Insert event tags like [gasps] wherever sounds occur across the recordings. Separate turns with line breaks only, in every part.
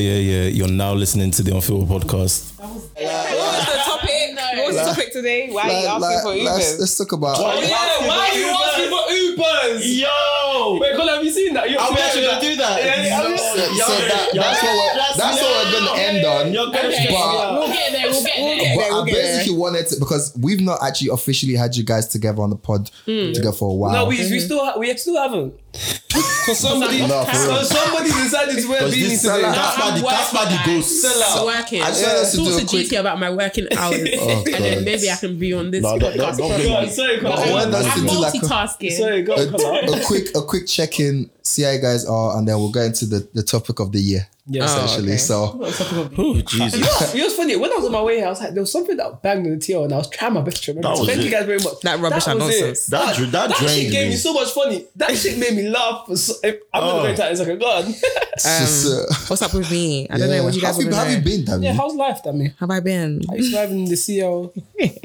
here. You're now listening to the Unfiltered podcast.
What was the topic? What was the topic today? Why are you asking for
let's,
Ubers?
let's talk about.
Oh, yeah, why are you asking for Ubers?
Yo!
Wait, Colin, have you seen that? You're
I'm
obsessed
actually
with
gonna do that.
Yeah,
No,
yeah,
So, so that,
yo,
that's what we're,
that's-
that's what we're gonna end on.
You're gonna
Okay.
but,
We'll get there. We'll get there.
But
we'll
I
get there.
basically wanted to because we've not actually officially had you guys together on the pod
Hmm.
together for a while.
Ah,
No, we, we still ha- we still haven't. Cause somebody,
No, for
so
real.
somebody decided
[laughs]
to wear
Because
beanie
this
today.
Salah-
That's why the that's why the ghost.
Sell out.
working.
I just want us to
Talk
do a
to
quick-
GT about my working hours,
[laughs] Oh,
and then
God.
maybe I can be on this.
No, don't- don't-
podcast
don't blame
Go
properly.
on, sorry, go
I
on.
want us to
I'm
[laughs]
do like a,
multitasking.
Sorry, go on, come
a,
on.
a quick a quick check in, see how you guys are, and then we'll go into the, the topic of the year.
Yeah.
essentially.
Oh, okay. Um,
So
Oh, Jesus.
You know what's funny? When I was on my way here, I was like, there was something that banged on the TL, and I was trying my best to remember.
That
it.
was
Thank
it.
you guys very much.
That rubbish and
was it.
nonsense.
That dra- that
shit
drained
gave
me.
me so much funny. That shit made me laugh. for So, eh,
Oh.
I'm gonna go into that in a second. Go on.
just, uh,
What's up with me? I don't know.
yeah.
What you guys
have, you,
been
have you
doing?
been,
[laughs]
Dami?
yeah, how's life, Dami?
Have I been?
Are you surviving the CL?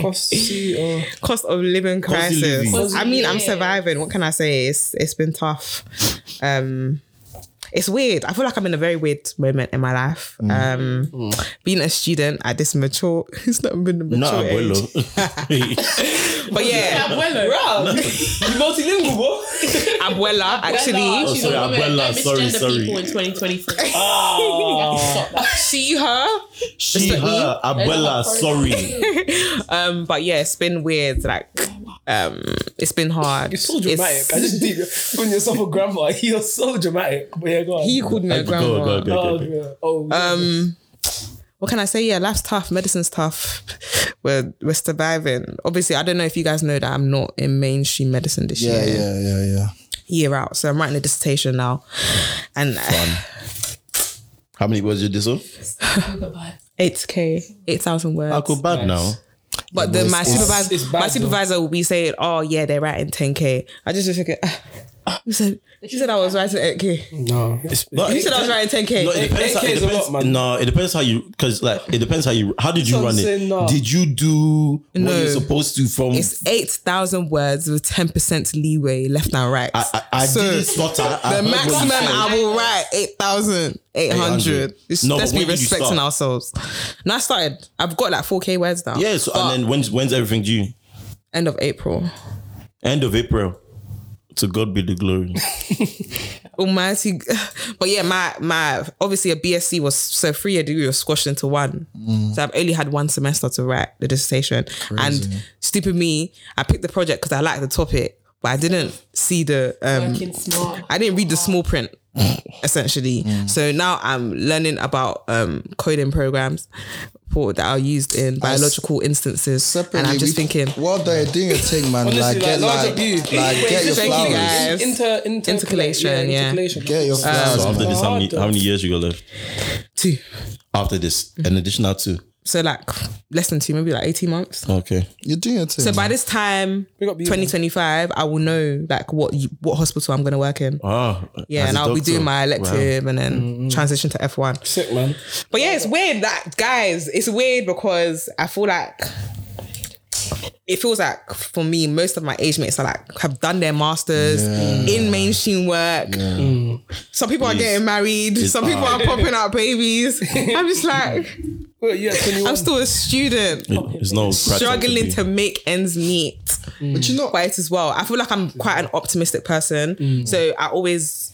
Cost CEO.
Cost of living
of
crisis.
living.
Cost of
I mean, I'm
living.
surviving. What can I say? It's it's been tough. Um, it's weird. I feel like I'm in a very weird moment in my life.
Mm.
Um,
Mm.
being a student at this mature, [laughs] it's not been a mature
No,
age.
Ah, abuelo. Oh,
But yeah,
[laughs] Abuelo.
Bruh, [laughs] you multilingual, bro.
abuela
Abuela.
Actually,
She's
sorry,
a woman.
Abuela,
Don't
sorry,
misgender
sorry. Ah.
people in 2023.
[laughs]
see her.
she, her, abuela, sorry.
Um, but yeah, it's been weird. Like, um, it's been hard.
You're so dramatic. [laughs]
It's-
I just did when yourself a grandma. [laughs] You're so dramatic. But yeah, go on.
he called me
[laughs]
a
Go, go,
grandma.
go, go,
oh,
go.
yeah. oh, yeah.
Um, what can I say? Yeah, life's tough. Medicine's tough. We're we're surviving. Obviously, I don't know if you guys know that I'm not in mainstream medicine this
yeah,
year
yeah, yeah, yeah.
year out. So I'm writing a dissertation now, and [laughs]
How many words did this one?
eight k, eight thousand words.
I go bad now.
But then my
it's-
supervisor,
it's bad
my
though.
supervisor will be saying, "Oh yeah, they're writing ten k." I just was thinking. [laughs] ah, You said you said I was writing eight k.
no.
But-
You said I was writing ten k.
No, it depends. How,
8K
it
is a
depends
lot, man.
no, it depends how you because like it depends how you how did you
what
run
I'm
it?
saying, no.
Did you do
No.
what you're supposed to from?
It's eight thousand words with ten percent leeway left and right.
I, I, I
So,
didn't slaughter. I
the
heard what you
maximum
said.
I will write eight thousand eight hundred.
800. No, but when
Let's be
did you
respecting
start?
ourselves. Now I started. I've got like four k words now.
Yes,
But
and then when's when's everything due?
end of April.
End of April. To God be the glory.
Almighty, g- [laughs] but yeah, my my obviously a BSc was so three year degree was squashed into one.
Mm.
So I've only had one semester to write the dissertation, and stupid me, I picked the project because I liked the topic, but I didn't see the um,
Working smart.
I didn't read the small print
[laughs]
essentially.
Mm.
So now I'm learning about um, coding programs for that are used in biological instances, and I'm just
we-
thinking
well done, you're doing your thing, man. like,
Honestly,
get
large
like,
of you. Wait,
like, get your
just
thank you,
flowers.
guys. Um,
Inter, inter,
Intercalation, yeah.
intercalation.
Get your flowers.
So after
man.
this, how many how many years you got left?
two,
After this, an additional two.
so like less than two, maybe like eighteen months.
Okay.
You're doing your thing.
So by this time,
Mm. We got beauty.
2025, I will know like what you, what hospital I'm going to work in.
Oh,
Yeah, and I'll be doing my elective and then transition to F1.
Mm-hmm. Sick, man.
But yeah, it's weird that guys, it's weird because I feel like it feels like for me, most of my age mates are like have done their masters in mainstream work. Some people are getting married. Some people are popping
[laughs]
out babies. I'm just like,
Wait, yeah, 21.
I'm still a student,
It's not
struggling to make ends meet.
Mm. but you know, Mm.
But it as well. I feel like I'm quite an optimistic person, so I always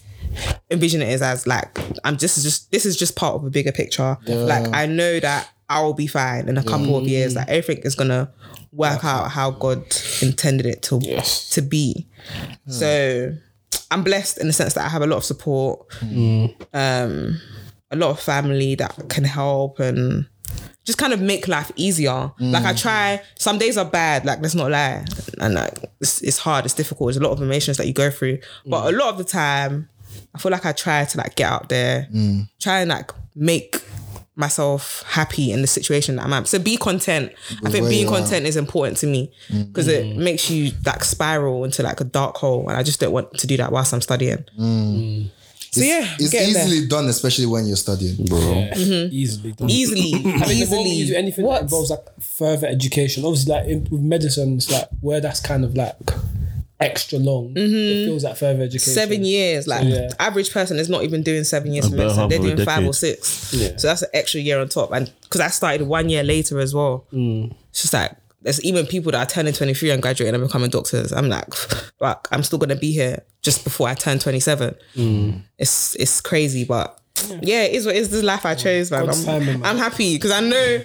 envision it as, as like I'm just just this is just part of a bigger picture. Like I know that I will be fine in a couple of years. Like everything is gonna work out how God intended it to to be. So I'm blessed in the sense that I have a lot of support, um, a lot of family that can help and just kind of make life easier. Like
Mm.
I try. Some days are bad. Like let's not lie, and like it's, it's hard. It's difficult. There's a lot of emotions that you go through. But
Mm.
a lot of the time, I feel like I try to like get out there,
Mm.
try and like make myself happy in the situation that I'm at. So be content. I think
where
being
you are. Mm.
content is important to me because it makes you like spiral into like a dark hole, and I just don't want to do that whilst I'm studying. So yeah,
Mm. it's
getting there.
easily done, especially when you're studying.
bro.
[laughs] easily done. [laughs]
Easily,
I mean, the more we do
easily.
anything
What?
that involves like further education, obviously, like in, with medicine, it's like where that's kind of like extra long. It feels like further education.
Mm-hmm. Seven years, like
Yeah.
the average person is not even doing seven years
I
for
bet
medicine. They're
half of a
doing five or
decade.
six.
Yeah.
So that's an extra year on top. And because I started one year later as well.
Mm.
It's just like there's even people that are turning 23 and graduating and becoming doctors. I'm like, [sighs] fuck, I'm still gonna be here just before I turn 27.
Mm.
It's it's crazy, but yeah, it is what it is this life I chose, man.
God's
I'm,
timing, man.
I'm happy because I know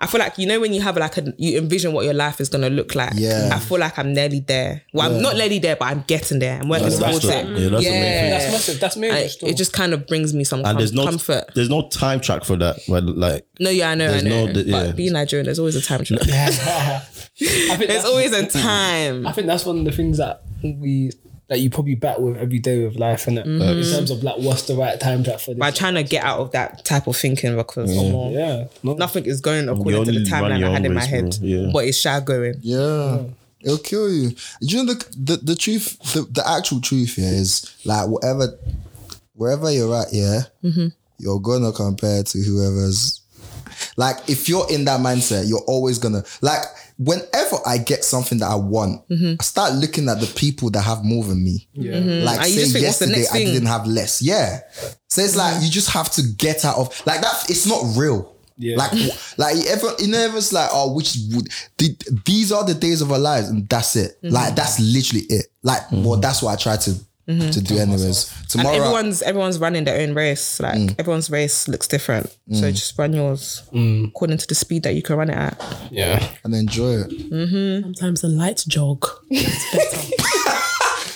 I feel like you know when you have like a you envision what your life is gonna look like.
Yeah.
I feel like I'm nearly there. Well, I'm not nearly there, but I'm getting there. I'm working
That's- that's
towards
the- yeah,
it.
that's the main thing.
That's massive. That's major.
I-
still.
it just kind of brings me some
and
com-
there's no
comfort.
there's no time track for that. But like,
No, yeah, I know, I
there's
know.
no- the- yeah.
But being Nigerian, there's always a time.
[laughs]
track.
[laughs] I
[laughs]
think
There's
that's,
always a time.
I think that's one of the things that we that you probably battle with every day with life, innit?
Mm-hmm.
In terms of like what's the right time track for this.
By trying to get out of that type of thinking because
yeah. No.
nothing is going according
You
to
Mm.
the
only run
timeline
your
I had
own
in my
race,
head.
bro. Yeah.
But it's shall going.
Yeah. It'll kill you. Do you know the the, the truth the, the actual truth here is like whatever wherever you're at, yeah,
Mm-hmm.
you're gonna compare to whoever's like if you're in that mindset, you're always gonna like whenever I get something that I want,
Mm-hmm.
I start looking at the people that have more than me. Yeah. Like
And you just
say
think, what's the
yesterday
next
I
thing?
didn't have less. Yeah. So it's like you just have to get out of like that it's not real.
Yeah.
Like w- like ever you know everyone's like, oh, which would the, these are the days of our lives, and that's it. Like that's literally it. Like, well, that's what I try to to do anyways.
And
Tomorrow
everyone's everyone's running their own race. Like
Mm.
everyone's race looks different. So just run yours according to the speed that you can run it at.
Yeah.
and enjoy it.
Sometimes a light jog. is better.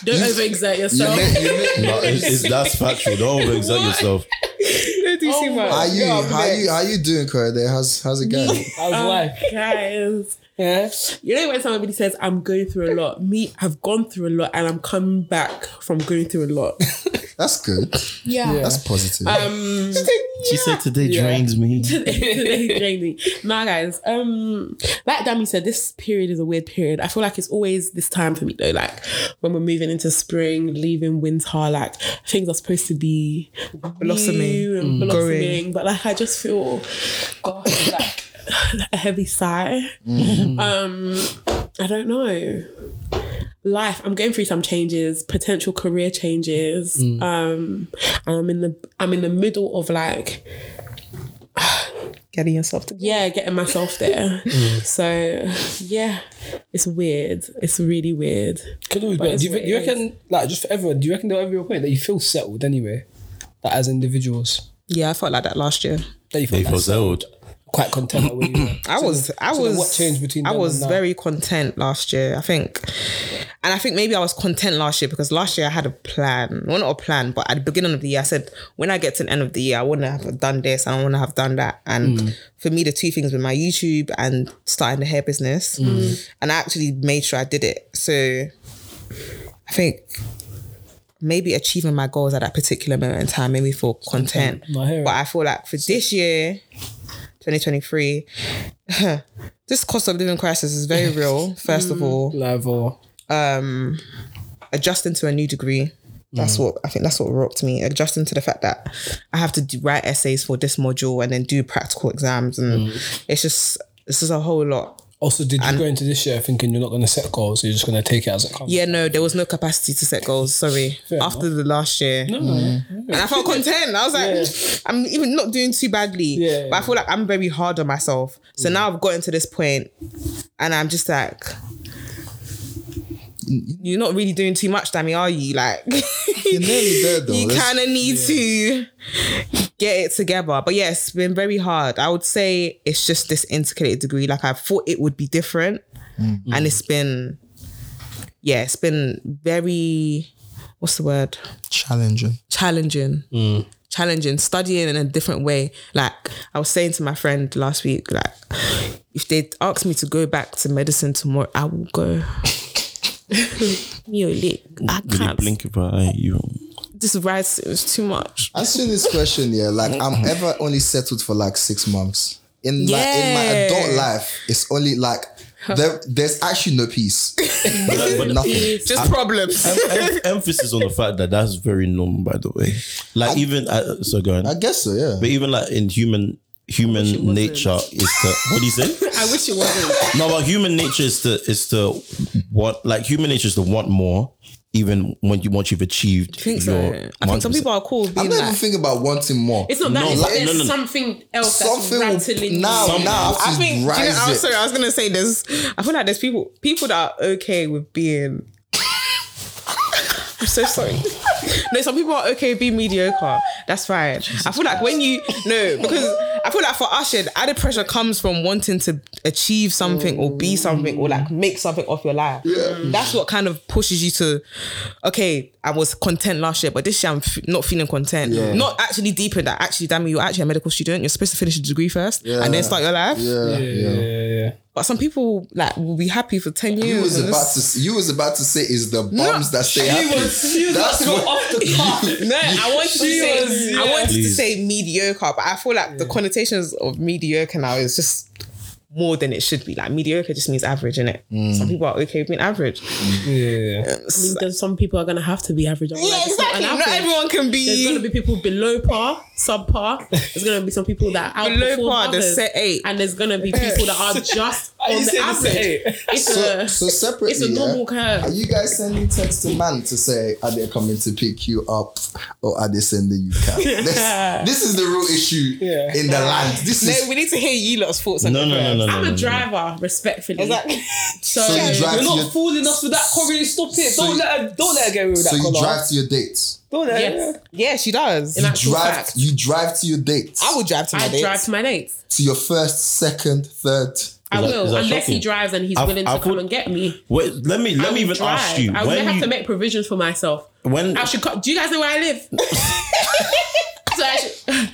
Don't overexert
You
yourself.
may- you may-
no, uh, it's, it's, that's factual.
[laughs]
Don't overexert yourself.
Don't do too much.
how you how you how you doing, Corey? There, how's how's it going?
How's
Uh,
life?
Guys,
Yeah.
you know when somebody says, I'm going through a lot? Me, I've gone through a lot and I'm coming back from going through a lot.
That's good.
Yeah.
That's positive.
Um,
She said today drains
[laughs]
me.
today drained me. Nah, guys. Um, like Dami said, this period is a weird period. I feel like it's always this time for me though. Like when we're moving into spring, leaving winter, like things are supposed to be
Blossoming. mm.
new and blossoming.
Growing.
But like I just feel, gosh, like a heavy sigh.
Mm-hmm.
Um, I don't know. Life. I'm going through some changes, potential career changes.
Mm.
Um, and I'm in the I'm in the middle of like
Getting yourself together.
yeah, getting myself there.
Mm.
So yeah, it's weird. It's really weird.
Could always be.
it's
Do you,
what
do you
it is.
reckon like just for everyone? Do you reckon there'll ever be a point that you feel settled anyway, like as individuals,
Yeah, I felt like that last year.
that you feel
They
like,
feel settled.
quite content with? where you
[coughs]
are?
I was, I
so then
was.
what changed between
I
then and
was
now?
very content last year. I think, and I think maybe I was content last year because last year I had a plan. Well, not a plan, but at the beginning of the year, I said when I get to the end of the year, I want to have done this and I want to have done that. And
Mm.
for me, the two things were my YouTube and starting the hair business,
Mm.
and I actually made sure I did it. So, I think. Maybe achieving my goals at that particular moment in time made me feel content.
No, I hear it.
But I feel like for this year, [laughs] 2023, [laughs] this cost of living crisis is very
[laughs]
real.
Mm.
First of all,
level.
adjusting to a new degree.
Mm.
That's what I think. That's what rocked me. Adjusting to the fact that I have to do, write essays for this module and then do practical exams, and
Mm.
it's just this is a whole lot.
Also, did you go into this year thinking you're not going to set goals? You're just going to take it as it comes.
Yeah, no, there was no capacity to set goals. Sorry, after the last year, and I felt content. I was like, I'm even not doing too badly,
Yeah.
but I feel like I'm very hard on myself. So now I've gotten to this point, and I'm just like. You're not really doing too much, Dammy, are you? Like, [laughs]
You're nearly there though.
you
That's-
kind of need to get it together. But yeah, it's been very hard. I would say it's just this intercalated degree. Like I thought it would be different, and it's been, yeah, it's been very, what's the word?
challenging.
challenging. Challenging, studying in a different way. Like I was saying to my friend last week, like if they ask me to go back to medicine tomorrow, I will go. [laughs] Yo, lick. I
Did you
can't.
blink if I you?
This rice is too much.
Answering this question, yeah, like I'm ever only settled for like six months. In my in my
Yeah.
adult life, it's only like there, there's actually no peace. There's nothing.
Just problems.
Em- emphasis on the fact that that's very normal, by the way. Like even uh, so, go on.
I guess so, yeah.
But even like in human human
wasn't.
nature is to what do you
[laughs]
say?
I wish it wasn't.
No, but human nature is to is to what like human nature is to want more, even when you once you've achieved.
I think so. I think some people are cool with
I'm
being
not
like,
even thinking about wanting more.
It's not that.
No,
it's
like-
there's
no, no, no.
something else
something
that's
will,
rattling.
now.
you.
now
I
I
think.
think
Do you know, I'm
rise
sorry.
it.
I was gonna say there's. I feel like there's people people that are okay with being. [laughs] I'm so sorry. No, some people are okay with being mediocre. That's fine. I feel like when you no, because I feel like for us, yeah, the added pressure comes from wanting to achieve something or be something or like make something of your life. That's what kind of pushes you to, okay, I was content last year, but this year I'm f- not feeling content. Not actually deep in that. Actually, damn it, you're actually a medical student. You're supposed to finish a degree first and
Yeah.
then start your life.
Yeah,
Yeah,
yeah.
yeah, yeah.
But some people like will be happy for ten years.
You was
and
about
this-
to. You was about to say is the bombs that stay happy. That's what.
off
[laughs]
the cuff.
[laughs] no, I
[laughs]
wanted to
She
say
was-
I
yeah.
wanted to
Please.
say mediocre, but I feel like the connotations of mediocre now is just more than it should be. Like mediocre just means average, innit?
Mm.
Some people are okay with being average.
Yeah,
I mean, there's some people are gonna have to be average. I'm like, it's not an
Not,
average.
everyone can
There's gonna
be.
be people below par, subpar. There's gonna be some people that [laughs] outperform
Below par, the
others,
set eight.
and there's gonna be people [laughs] that are just
Oh,
on the
said the set
average.
eight.
It's
So,
a
so separately,
it's a normal
yeah,
curve.
Are you guys sending text to man to say are they coming to pick you up or are they sending
[laughs]
you cat? this, this is the real issue
Yeah.
in the land. This
[laughs]
is
No, we need to hear you lot's thoughts on
No,
it
no, no,
first.
no, no.
I'm
no,
a
no.
driver, respectfully.
Exactly.
So,
Mm. So you drive
You're
to
not
your,
fooling us with that, Corey. Stop it.
So
don't
you-
let her. Don't let her get away with
so
that
you
color.
drive to your dates.
don't let her.
yes,
Yeah, she does.
in actual
Drive
fact,
you drive to your dates.
I would drive to my
I
dates.
drive to my dates.
to your first, second, third.
I
that- is
will,
that
unless he
shocking?
drives and he's
I've-
willing to
I've
come
put-
and get me.
Wait, let me let me even
drive.
ask you
I would
when
have
you
to make provisions for myself.
when
I should. Co- do you guys know where I
[laughs]
live? so I should. In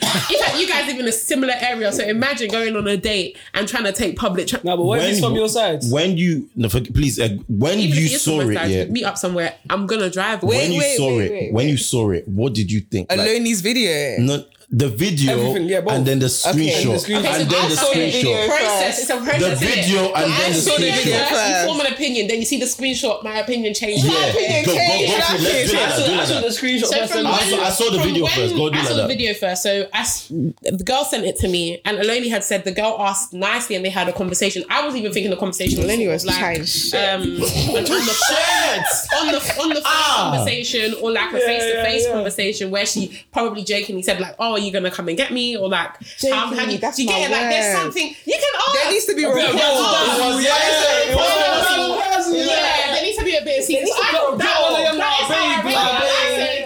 fact, you guys live in a similar area. So imagine going on a date and trying to take public. Tra-
No, but what if it's from your side?
When you no, for, please uh, when
Even
you
if it is from
saw
my
it,
side,
yeah.
Meet up somewhere. I'm gonna drive.
Wait,
when you
wait,
saw
wait,
it,
wait,
when
wait.
you saw it, what did you think? Like,
Aloni's video.
no, the video
Everything, yeah, both.
and then the
Okay.
screenshot
Okay,
and
so
then the
I saw the video.
screenshot.
Process. It's a process.
The
innit?
video and
I
then the
saw
screenshot.
video first.
First.
You form an opinion, then you see the screenshot. My opinion changed.
Yeah,
opinion
go, go, go for it.
changed, that
Let's do
changed.
like that, do like that.
screenshot.
So
first
from
and
when,
I saw- I saw the
from
video
when-
first. Go do
I
like
saw the
that.
video first. So I s the girl sent it to me, and Aloni had said the girl asked nicely, and they had a conversation. I was even thinking the conversation. was
Aloni
sort
was
of like
trying shit.
um, on the phone, on the on the phone conversation, or like a face to face
yeah.
conversation where she probably jokingly said like, "Oh, are you gonna come and get me?" Or like, "How
Jokingly,
have you?"
that's
Do you
my
get it? Like, there's
word.
something you can ask.
There needs to be
Yeah,
rapport.
yeah,
yeah,
yeah, there needs to be a bit of secret.
needs to
I
be a
thought
bit
that
of
was-
like,
that is how I
baby,
read it.
baby.
I said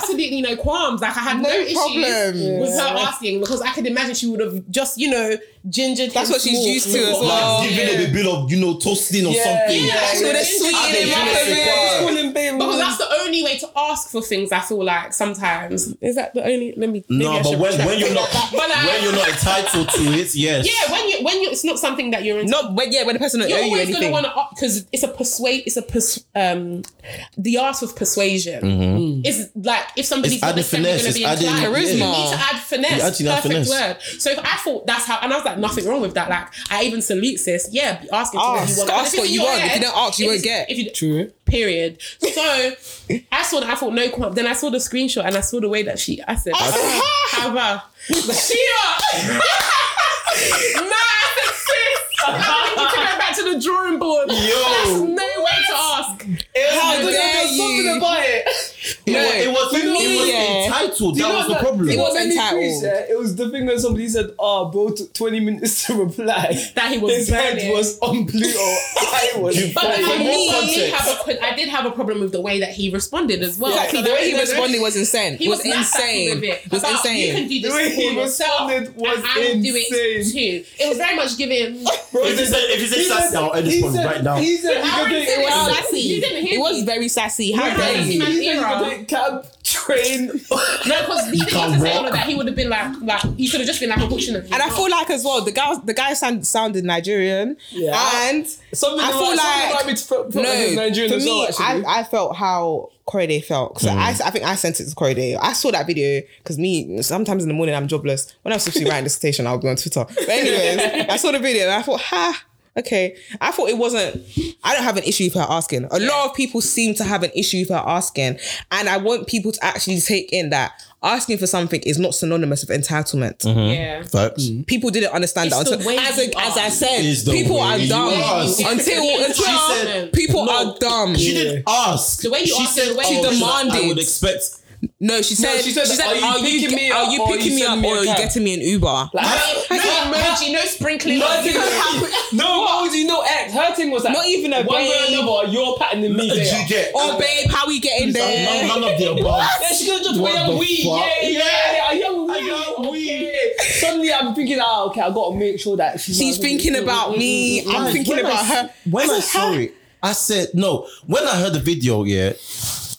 Absolutely no qualms. Like I had no,
No
issues
problem.
with her asking because I could imagine she would have just you know gingered.
That's
him
what she's
small.
used to as
Like,
well.
Like, giving it a bit of you know toasting or something.
yeah,
She would have
gingered
sweetened
him
him up
up
a
a bit.
bit.
Calling baby.
Because that's the only way to ask for things. I feel like sometimes is that the only. Let me. maybe I
No, but
should
when,
retract
when you're not
But like-
when you're not entitled to it, yes.
Yeah, when you when you it's not something that you're in.
Not when yeah, when the person don't
you're
owe you
always
anything.
gonna want to because it's a persuade. It's a pers- um, the art of persuasion is like if somebody's
Mm-hmm. It's
not
added
necessarily
finesse,
going to be
it's added-
inclined,
yeah.
you need to add finesse.
You actually add
perfect
finesse.
word. So if I thought that's how, and I was like, nothing wrong with that. Like I even salute sis. Yeah, be asking for what
Ask.
you want.
Ask
But if it's
what
in
you
your
want. If you don't ask, you
if
won't
it's-
get.
If you,
True.
period. So I saw that. I thought no qualm. Then I saw the screenshot and I saw the way that she. I said, how about Shia? No, I said, sis. I think you took her back to the drawing board. That's no way to ask.
How dare
Something
you?
about it.
It wa- it was, it was,
me, yeah.
entitled.
You
That
know
was the
what-
problem.
you know
It was
what made me
entitled.
cringe, yeah? It was the thing when somebody said, "Oh, bro, took twenty minutes to reply."
That he was
His head
burning.
was on Pluto. I was.
You-
But
burning.
I,
more
did
context.
have a, pro- I did have a problem with the way that he responded as well.
Exactly.
So
The
there
way
is
he
a-
responded was insane.
He
was,
not happy
insane.
with it.
Was
But You can
insane.
do this
The way he
for yourself,
responded was
and I will do it
insane.
too. It was very much
[laughs]
giving.
Bro,
If
he
you say- if you say
said-
sass now, I just
he
want
said-
right now.
He said he
I
could do
already said
it.
it was
when-
sassy. You didn't hear
It was
me.
very sassy. How
When I
dare
was in
you?
my
He said he could
era.
do it cab, [laughs] train.
No, because he
can't
didn't say all
walk.
of that. He would have been like, like he should have just been like, unfortunately.
And I
not.
feel like as well, the guy the guy sound, sounded Nigerian.
Yeah.
And
Something
I
about-
feel
something
like-
about me to put- put
no,
in Nigerian
for
as
me,
well, actually. Mm.
I, I felt how Corday felt. So I, I think I sent it to Corday. I saw that video because me sometimes in the morning I'm jobless. When I'm supposed to be writing dissertation, I'll be on Twitter. But anyways, I saw the video and I thought, ha. okay. I thought it wasn't. I don't have an issue with her asking. A lot of people seem to have an issue with her asking, and I want people to actually take in that asking for something is not synonymous with entitlement.
Mm-hmm.
Yeah.
Facts.
People didn't understand
It's
that
the
until,
way
as,
you
a, as I
ask.
It's
said,
the
people
way
are
you
dumb
ask.
until
She
until
said-
people are dumb.
She didn't ask.
The way you
she
asked it, the way
oh,
you
like, I
demanded.
would expect.
No, she said.
she said, "Are you picking me
are
up
you
or are
picking
you
me up
sending me
or
a
are you
cab?"
getting me an Uber?"
No, emoji, no sprinkling.
No, what was you no X? Her thing was like
Not even a
one way or
babe.
another. Are you patterning me?
Did
there?
you get?
oh, babe, how we getting there?
None, none of the above.
Yeah, she could have just
What
went
the
on weed.
fuck?
Yeah, yeah, yeah. young weed.
young weed.
Okay. Suddenly I'm thinking, ah, okay, I gotta make sure that she's,
She's
not-
thinking about me. I'm
Guys,
thinking
when I
about
s-
her.
When I saw it, I said no. When I heard the video, yeah,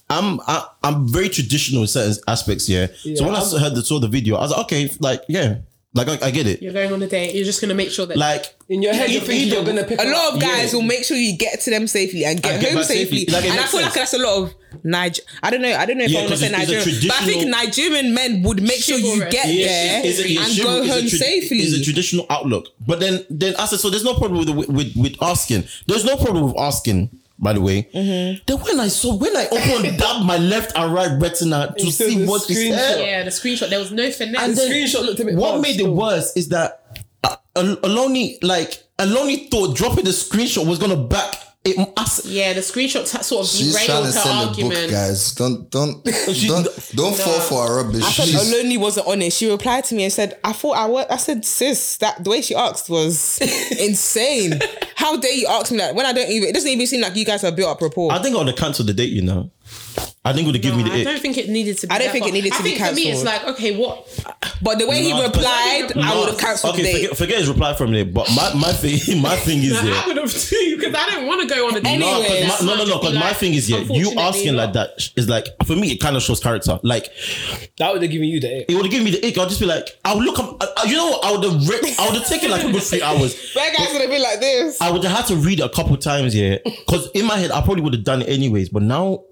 I'm I, I'm very traditional in certain aspects, yeah. so when i s- heard the saw the video, I was like, okay, like yeah, like I, I get it.
You're going on a date. You're just gonna make sure that
Like
In your head, you're
Either-
thinking you're gonna pick
A
her up.
lot of guys
Yeah.
will make sure you get to them safely and get
And get
home
back
safely.
safely. Like, it
and I
makes
feel like
sense.
that's a lot of Niger. I don't know. I don't know if
Yeah,
I want to
'cause
say
it's- it's a
Nigerian, but I think
traditional-
Nigerian men would make sure you
Chivalrous.
get
Yeah,
there
it's- it's a-
and
it's a-
go
it's a
home
trad-
safely.
It's a traditional outlook. But then then I said, so there's no problem with with, with asking. There's no problem with asking. By the way, then when I saw when I opened up my left and right retina to
saw
see
the
what she
screenshot.
said,
yeah, the screenshot. There was no finesse.
And then-
Screenshot looked a bit.
What
bad
made it
still.
worse is that uh, Al- Aloni, like Aloni, thought dropping the screenshot was gonna back it. Us.
yeah, the screenshot t- sort of
She's trying
derailed
to
her
sell a book,
argument.
guys. Don't
[laughs]
don't don't don't fall for her rubbish.
I said
She's-
Oloni wasn't on it. She replied to me and said, "I thought I was." I said, "Sis, that the way she asked was insane. How dare you ask me that when I don't even? It doesn't even seem like you guys have built up rapport.
I think I would have cancelled the date. You know, I think it would have given
No, I
me the
don't
it.
think it needed to. be
I don't
that
think it
far.
needed
I
to be
think For me, it's like okay, what?
but the way he
No,
replied, I
No,
would have cancelled
okay,
the date.
Forget, forget his reply from there. But my my thing, [laughs] my thing
[laughs]
is
I
yeah.
would have too because I don't want to go on a date.
No, 'cause
Anyway,
my-
That's
no, no,
not
no.
just be
Because my
like,
thing is, yeah, you
unfortunately
asking
not.
like that is like for me, it kind of shows character. Like
That would have given you the ick.
it would have given me the ick. I'll just be like, I'll look up. I, I- you know, what? I would have, re- I would have taken like a good three hours.
That guy's would have been like this.
I would have had to read it a couple times, yeah. Because in my head, I probably would have done it anyways. But now,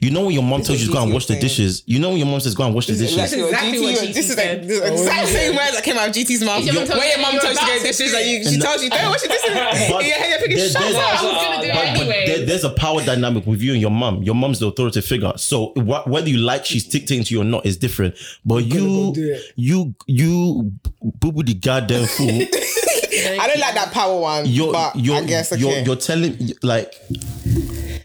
you know when your mom tells you to go and wash the
easier thing.
dishes. You know when your mom says go and wash the
That's
dishes.
is exactly what GT
This is like
said.
the exact same words that came out of GT's mouth.
Your mom told
Where your
you
mom
you're
tells you to
about
go
to
dishes, and you, she
And-
tells you, don't wash your [laughs] dishes. And your head, you're
there-
thinking, shut
there's-
I
up.
was gonna do it
But
anyway.
there- there's a power dynamic with you and your mom. Your mom's the authority figure. So wh- whether you like she's dictating to you or not is different. But
go
you,
do it.
you, you, boo boo the goddamn
[laughs]
fool.
I don't like that power one,
You're,
but
you're,
I guess okay.
you're, you're telling like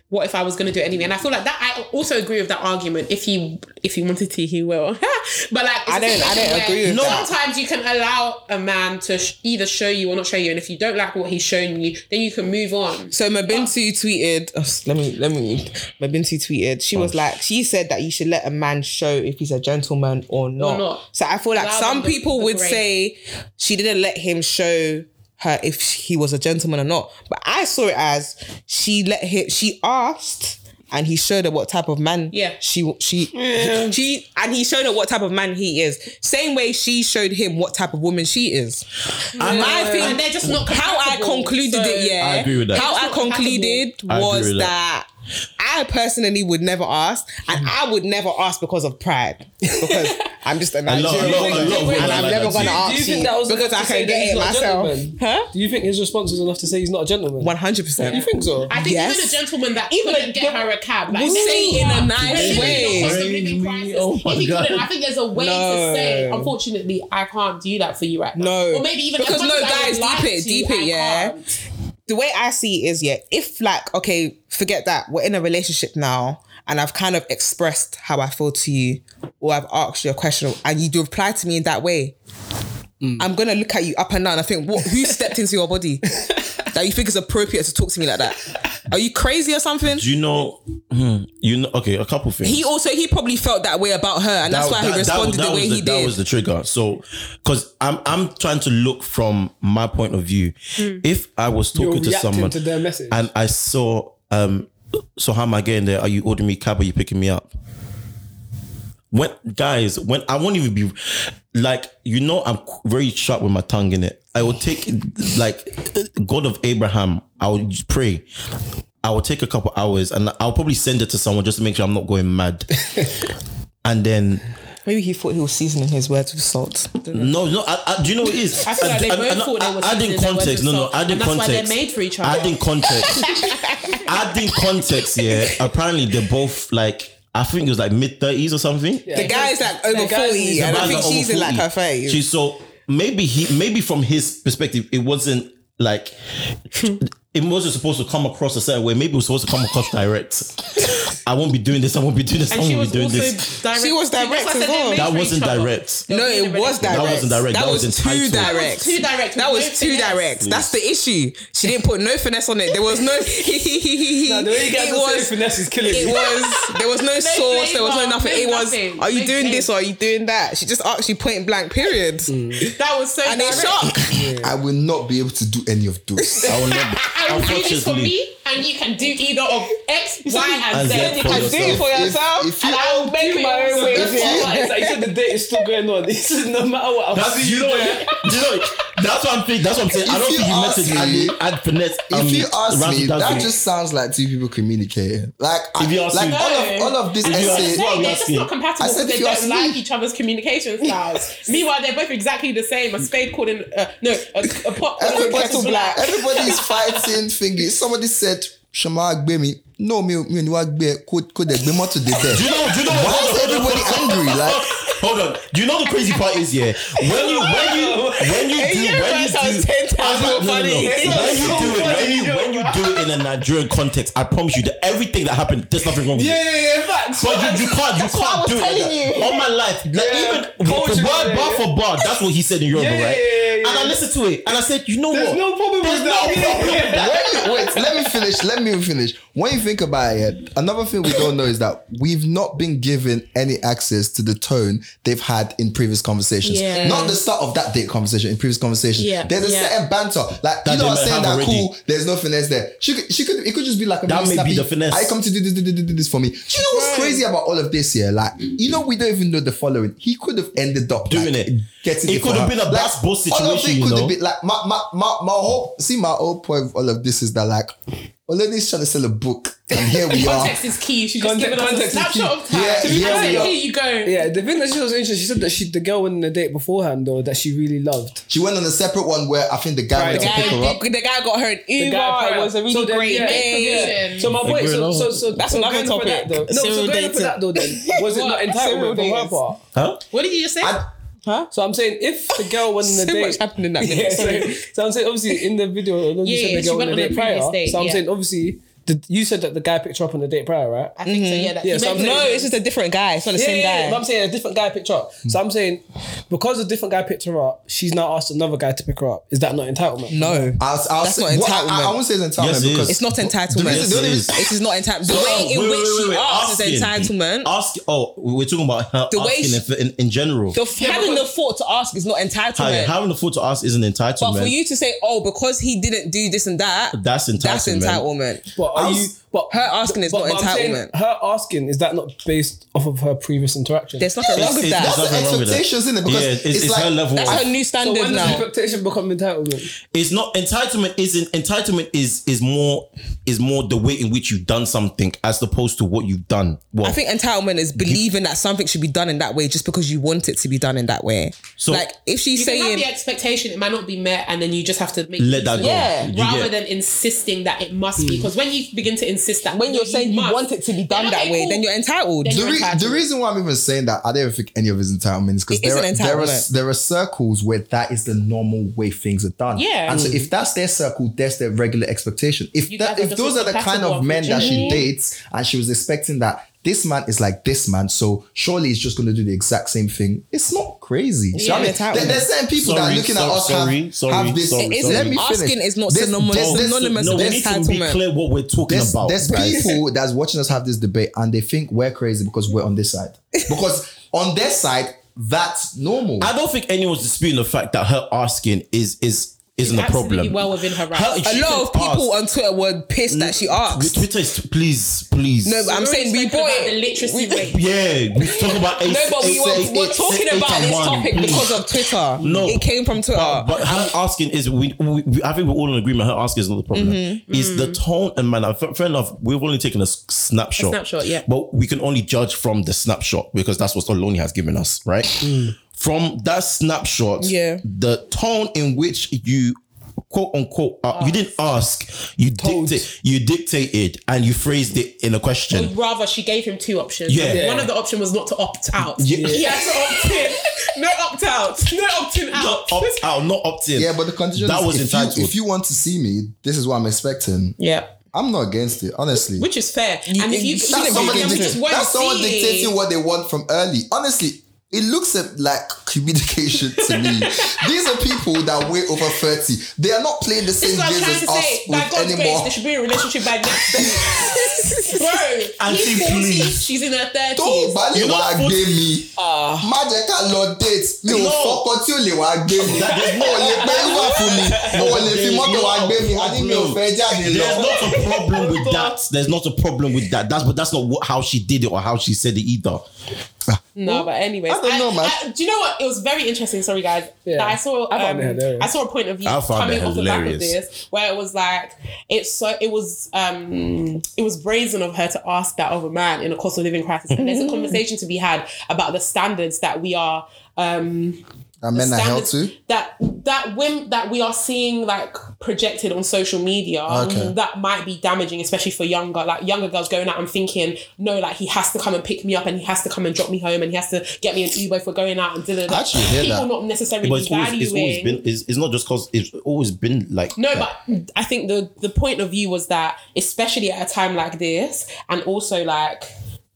what if I was going to do it anyway? And I feel like that. I also agree with that argument. If he if he wanted to, he will. [laughs] but like, it's
I
a
don't- I
situation
don't
where
agree with
No. that.
Sometimes you can allow a man to sh- either show you or not show you, and if you don't like what he's shown you, then you can move on.
So Mabintu tweeted. oh, s- let me let me. Mabintu tweeted. She
Oh.
was like, she said that you should let a man show if he's a gentleman or not.
not.
So I feel like
Allow
some
them the-
people
the
would
grace.
say she didn't let him show her if he was a gentleman or not. But I saw it as she let him. She asked. And he showed her what type of man
Yeah.
she
[laughs]
she she and he showed her what type of man he is. Same way she showed him what type of woman she is. And my thing
And they're just not
how I
compatible,
concluded
so-
it, yeah.
I agree with that.
How
It's
I
not compatible.
concluded
I agree
was
with
that.
that.
I personally would never ask, and I would never ask because of pride. Because I'm just a
lot- a lot-
Nigerian,
a lot of women
and I'm
like
never
that
gonna
too.
ask you because I can get it myself. Huh?
Do you think his response was enough to say he's not a gentleman?
One hundred percent.
You think so?
I think
Yes.
even a gentleman that
Even
even
a
couldn't get
gen-
her a cab, like
We'll say it in a
Yeah.
nice
Especially
way.
in the cost of living crisis.
Oh my
if you
God.
couldn't, I think there's a way
No.
to say, unfortunately, I can't do that for you right now.
No.
or maybe even as
Because
much
no,
as I would
guys, deep
like
it,
to,
deep
I
it, yeah.
can't.
the way I see it is, yeah, if like, okay, forget that, we're in a relationship now, and I've kind of expressed how I feel to you, or I've asked you a question, and you do reply to me in that way,
Mm.
I'm gonna look at you up and down. I think, what, who stepped into your body
[laughs]
that you think is appropriate to talk to me like that? Are you crazy or something?
do you know hmm, you know okay a couple things.
He also he probably felt that way about her, and that's
That-
why he
that- that-
responded
that
the way
was
he
That
did.
was the trigger. So, because I'm I'm trying to look from my point of view. If I was
Hmm. You're
talking to
reacting
someone
to their message.
and I saw, um, so how am I getting there? Are you ordering me cab? Are you picking me up? When guys, when I won't even be like you know, I'm very sharp with my tongue in it. I will take like God of Abraham. I will pray. I will take a
[laughs]
couple hours and I'll probably send it to someone just to make sure I'm not going mad and then
Maybe he thought he was seasoning his words with salt.
No, no. I, I, do you know what it is?
I feel like they both thought they were
adding
sisters, they were
context.
just
No, no.
so-
Adding
and that's why
context.
they're made for each other.
Adding context.
[laughs]
adding context. Yeah. Apparently, they're both like. I think it was like mid thirties or something.
The guy's like over
guy's-
40,
the
and I
Man's
think
over
she's in like
40.
her 30s.
She's so maybe he maybe from his perspective it wasn't like it wasn't supposed to come across a certain way. Maybe it was supposed to come across direct. I won't be doing this. I won't be doing this. I
And she
won't
was
be doing
also
this.
direct.
She was
that's
direct
why I
as
said they're
well.
made
That
for
wasn't
each other.
direct.
No,
They're
it
made
was
for each
direct.
That
other.
wasn't direct,
That,
that
was,
was
too
entitled. That was
direct.
too direct,
That
with
was
no
too
finesse.
direct. That's the issue. She didn't put no finesse on it. There was no. [laughs]
Nah, the way you guys are
it
saying
was.
finesse is killing
It
me.
was. There was no, sauce. There was no
flavour,
nothing.
no
It was.
nothing.
Are you
No
doing
taste.
this or are you doing that? She just asked you point blank. Period.
That was so
And it
direct.
shocked.
I will not be able to do any of
[laughs]
those.
I will not.
[laughs] [laughs] I will do this for
Unfortunately.
me, and you can do either of X, Y, and
And
Z.
Z
You
for
can
Do it for
If-
yourself.
if you-
and I will make my own way.
That's why it's [laughs] like you said the date is still going on. [laughs] This is no matter what. I'm
That's you know. You know. That's what I'm thinking. That's what I'm saying. I
If
don't
you
think he
ask
messaged me.
me-
and Add finesse. um,
If you ask
razzle
me,
dazzle.
that just sounds like two people communicating. Like, I-
If you ask
like
me-
all of all of this
If you ask
essay.
me- What are
They're
we
just
asking?
not compatible
I said
because
if
they
you ask
don't like
me.
each other's communication styles. Meanwhile, they're both exactly the same. A spade called in uh, no a, a pot called in a
Everybody's
kettle black.
Everybody's fighting fingers. Somebody said, Shama agbe me. No, me, me, ni wa agbe, could, could agbe more to the
Do you
death.
know? Do you know?
Why
hold on, hold
is
on,
everybody
hold on.
angry? Like,
Hold on. Do you know the crazy part is yeah? When you when you when you do
Yeah,
when
right,
you
sounds
do
10 times
I'm
more
not- no, no, no.
funny.
When you do it when you when you do it in a Nigerian context, I promise you that everything that happened, there's nothing wrong with it.
[laughs] yeah, yeah. Facts.
But you, you can't, you can't do it. like that. All my life, like even
Culture,
for word,
yeah,
bar for bar, that's what he said in Yoruba,
Yeah, yeah,
right?
yeah, yeah.
And I listened to it, and I said, you know
There's
what?
no problem
There's
with
no
that.
problem with
[laughs] Yeah.
that.
when you, wait, let me finish. Let me finish. When you think about it, another thing we don't know is that we've not been given any access to the tone they've had in previous conversations.
Yeah.
Not the start of that date conversation, in previous conversations.
Yeah,
There's a
yeah.
certain banter.
That
Like, you know
they
what I'm
might
saying?
have
That
already.
cool, there's no finesse there. She could, she could, it could just be like a
That
really
may be
snappy,
the finesse.
I come to do this, do, do, do, do this for me. Do you know what's crazy about all of this here? Like, you know, we don't even know the following. He could have ended up
Doing
like,
it.
Getting
It
for
could have
her.
been a
Like,
bus bus
all of
situation,
it
you
could
know?
have been like my my my my whole see my whole point of all of this is that like Olade's trying to sell a book and
[laughs]
here we are.
Context is key. She's just
Context-
given us
context
a
is
snapshot
key.
of time.
Yeah,
She
yeah,
said,
we are.
Here you go.
Yeah, the thing that she was interesting, she said that she the girl went on a date beforehand though that she really loved.
She went on a separate one where I think the guy
Right.
went to pick her up.
The, guy got her an Uber.
prior.
It was a really
So then,
great
yeah,
day.
yeah. So my boy, so, so, so
That's
so
another
going for
topic.
That, though, no,
Serial
so going for
dating.
that though, [laughs] then was it not
What?
entitlement from
Serial
her part?
Huh?
What did you just say?
So I'm saying if the girl went on a
So
date,
much happened in that minute.
Yeah,
Sorry.
so, so I'm saying obviously in the video, yeah, you
Yeah,
said
yeah,
the
she
girl
went
went on a
on a
date prior.
previous date,
So I'm
yeah.
saying obviously. The, you said that the guy picked her up on the date prior, right?
I think so. Yeah. That,
Yeah,
you
so I'm
made-
No, it's just a different guy. It's not the
yeah,
same
yeah, yeah,
guy.
but I'm saying a different guy picked her up. So I'm saying because a different guy picked her up, she's now asked another guy to pick her up. Is that not entitlement?
No,
I'll, I'll
That's
say,
not
what- I- I,
entitlement.
I won't say it's entitlement
Yes, it is.
because
it's not entitlement.
reason- the only reason-
it is not entitlement. The way in
Oh, Wait, wait,
which
wait,
she
wait.
asks is
Asking.
entitlement.
Ask. Oh, we're talking about her
The way
asking in, in, in general.
The, having the thought to ask is not
Hi,
entitlement.
having the foot to ask isn't
but for
entitlement.
you to say, oh, because he didn't do this and that,
That's entitlement.
that's entitlement.
But are
I'm
you?
s-
But
Her asking is
but-
not
but I'm saying
entitlement.
Her asking is that not based off of her previous interaction?
There's nothing wrong with
It's-
that.
it's-
That's
nothing
the
wrong with that.
expectations, isn't it? Because
yeah, it's,
it's
it's,
like-
her level.
That's
of-
her new
so
standard
when does
now.
expectation become entitlement?
it's not entitlement. Isn't entitlement is is more is more the way in which you've done something as opposed to what you've done. Well,
I think entitlement is believing that something should be done in that way just because you want it to be done in that way.
So-
like if she's
You can have
saying
the expectation it might not be met, and then you just have to make
let that go.
Yeah.
You
rather
get-
than insisting that it must be. Because when you begin to insist that,
Hmm. when you're saying you
must,
want it to be done
then,
that
okay,
way,
cool.
then you're entitled.
Then
the,
you're
re- the
entitled.
reason why I'm even saying that, I don't even think any of his entitlement is because
It is
there,
an
are- there, are-
entitlement.
there are circles where that is the normal way things are done.
Yeah.
And so if that's their circle, that's their regular expectation. If
You
that,
guys are
if
just
those
not
are the kind
compatible,
of men that she
unfortunately.
dates and she was expecting that this man is like this man, so surely he's just going to do the exact same thing. It's not crazy. Do you know what
Yeah,
I mean? There-
entitlement.
there's certain people that are
Sorry,
looking at
so-
us have-
sorry,
have,
sorry,
this.
sorry,
It
sorry.
Let
isn't.
me
Asking
finish.
is not
There's-
synonymous-
there's- there's-
synonymous
No,
with
we need to be
entitlement.
clear what we're talking
there's,
about.
there's
guys.
[laughs]
people that's watching us have this debate and they think we're crazy because we're on this side. Because on their side, that's normal.
I don't think anyone's disputing the fact that her asking is is isn't a problem.
absolutely well within her rights.
Her-
A
A
she
lot
can
of people
ask.
on Twitter were pissed that she asked.
Twitter is please, please.
No, but I'm
We're
saying we
talking
bought
about
it.
the literacy
we,
rate.
yeah, we talk about eight.
No, but we
eight-
were,
eight-
we're
eight-
talking
eight
about
and
this
one,
topic
please.
because of Twitter.
No.
it came from Twitter.
But, Uh, but her asking is we, we, we- I think we're all in agreement. Her asking is not the problem. It's the tone and manner. F- Fair enough. We've only taken a s- snapshot.
A snapshot, yeah.
But we can only judge from the snapshot because that's what Soloni has given us, right?
Mm.
From that snapshot,
Yeah.
the tone in which you quote unquote uh, you didn't ask, you dictate, you dictated and you phrased it in a question.
Rather, she gave him two options.
Yeah. Yeah.
One of the options was not to opt out.
Yeah.
He had to opt in. No opt out. No opting
not
out.
opt out, not opt in.
Yeah, but the condition
that
is
was
if
entitled.
you, if you want to see me, this is what I'm expecting.
yeah.
I'm not against it, honestly.
Which is fair. and if you,
that's
you
someone,
know, we
dict-
just won't
that's someone
see it.
dictating what they want from early. Honestly, it looks a- like communication to me.
[laughs]
These are people that way over 30. They are not playing the
This
same
is what I'm
games
trying
as
to
us
say. By
with
God's grace,
anymore.
there should be a relationship by
[laughs]
next week. Bro,
Auntie,
he's 40,
please.
she's in her 30s.
Tó bá lè
You're not
wá
full-
gbé mi,
Ah.
má jẹ́ ká lọ date. Mi ò
No.
fọ́kọ tí ò lè wá gbé mi. Mo ò lè pé Uber fún mi. Mo ò lè fi mọ́tò wá gbé mi. A ní mi ò fẹ́ jáde
There's
lọ.
not a problem with that. There's not a problem with that. That's but that's not what, how she did it or how she said it either.
No, but anyways,
I don't know, man.
I- do you know what? It was very interesting. Sorry, guys.
Yeah.
That I saw.
I found
Um,
it hilarious.
I saw a point of view
I found
coming
it
off the back of
hilarious.
this, where it was like it's so it was um it was brazen of her to ask that of a man in a cost of living crisis, and [laughs] there's a conversation to be had about the standards that we are um
And men are held
standards
to.
that that whim that we are seeing like projected on social media
Okay.
that might be damaging, especially for younger like younger girls going out and thinking, no, like he has to come and pick me up and he has to come and drop me home and he has to get me an Uber if we're going out and da, da, da.
I actually hear
people
that.
not necessarily
But it's always,
valuing.
it's always been. It's, it's not just because it's always been like.
no,
that.
but I think the the point of view was that, especially at a time like this, and also like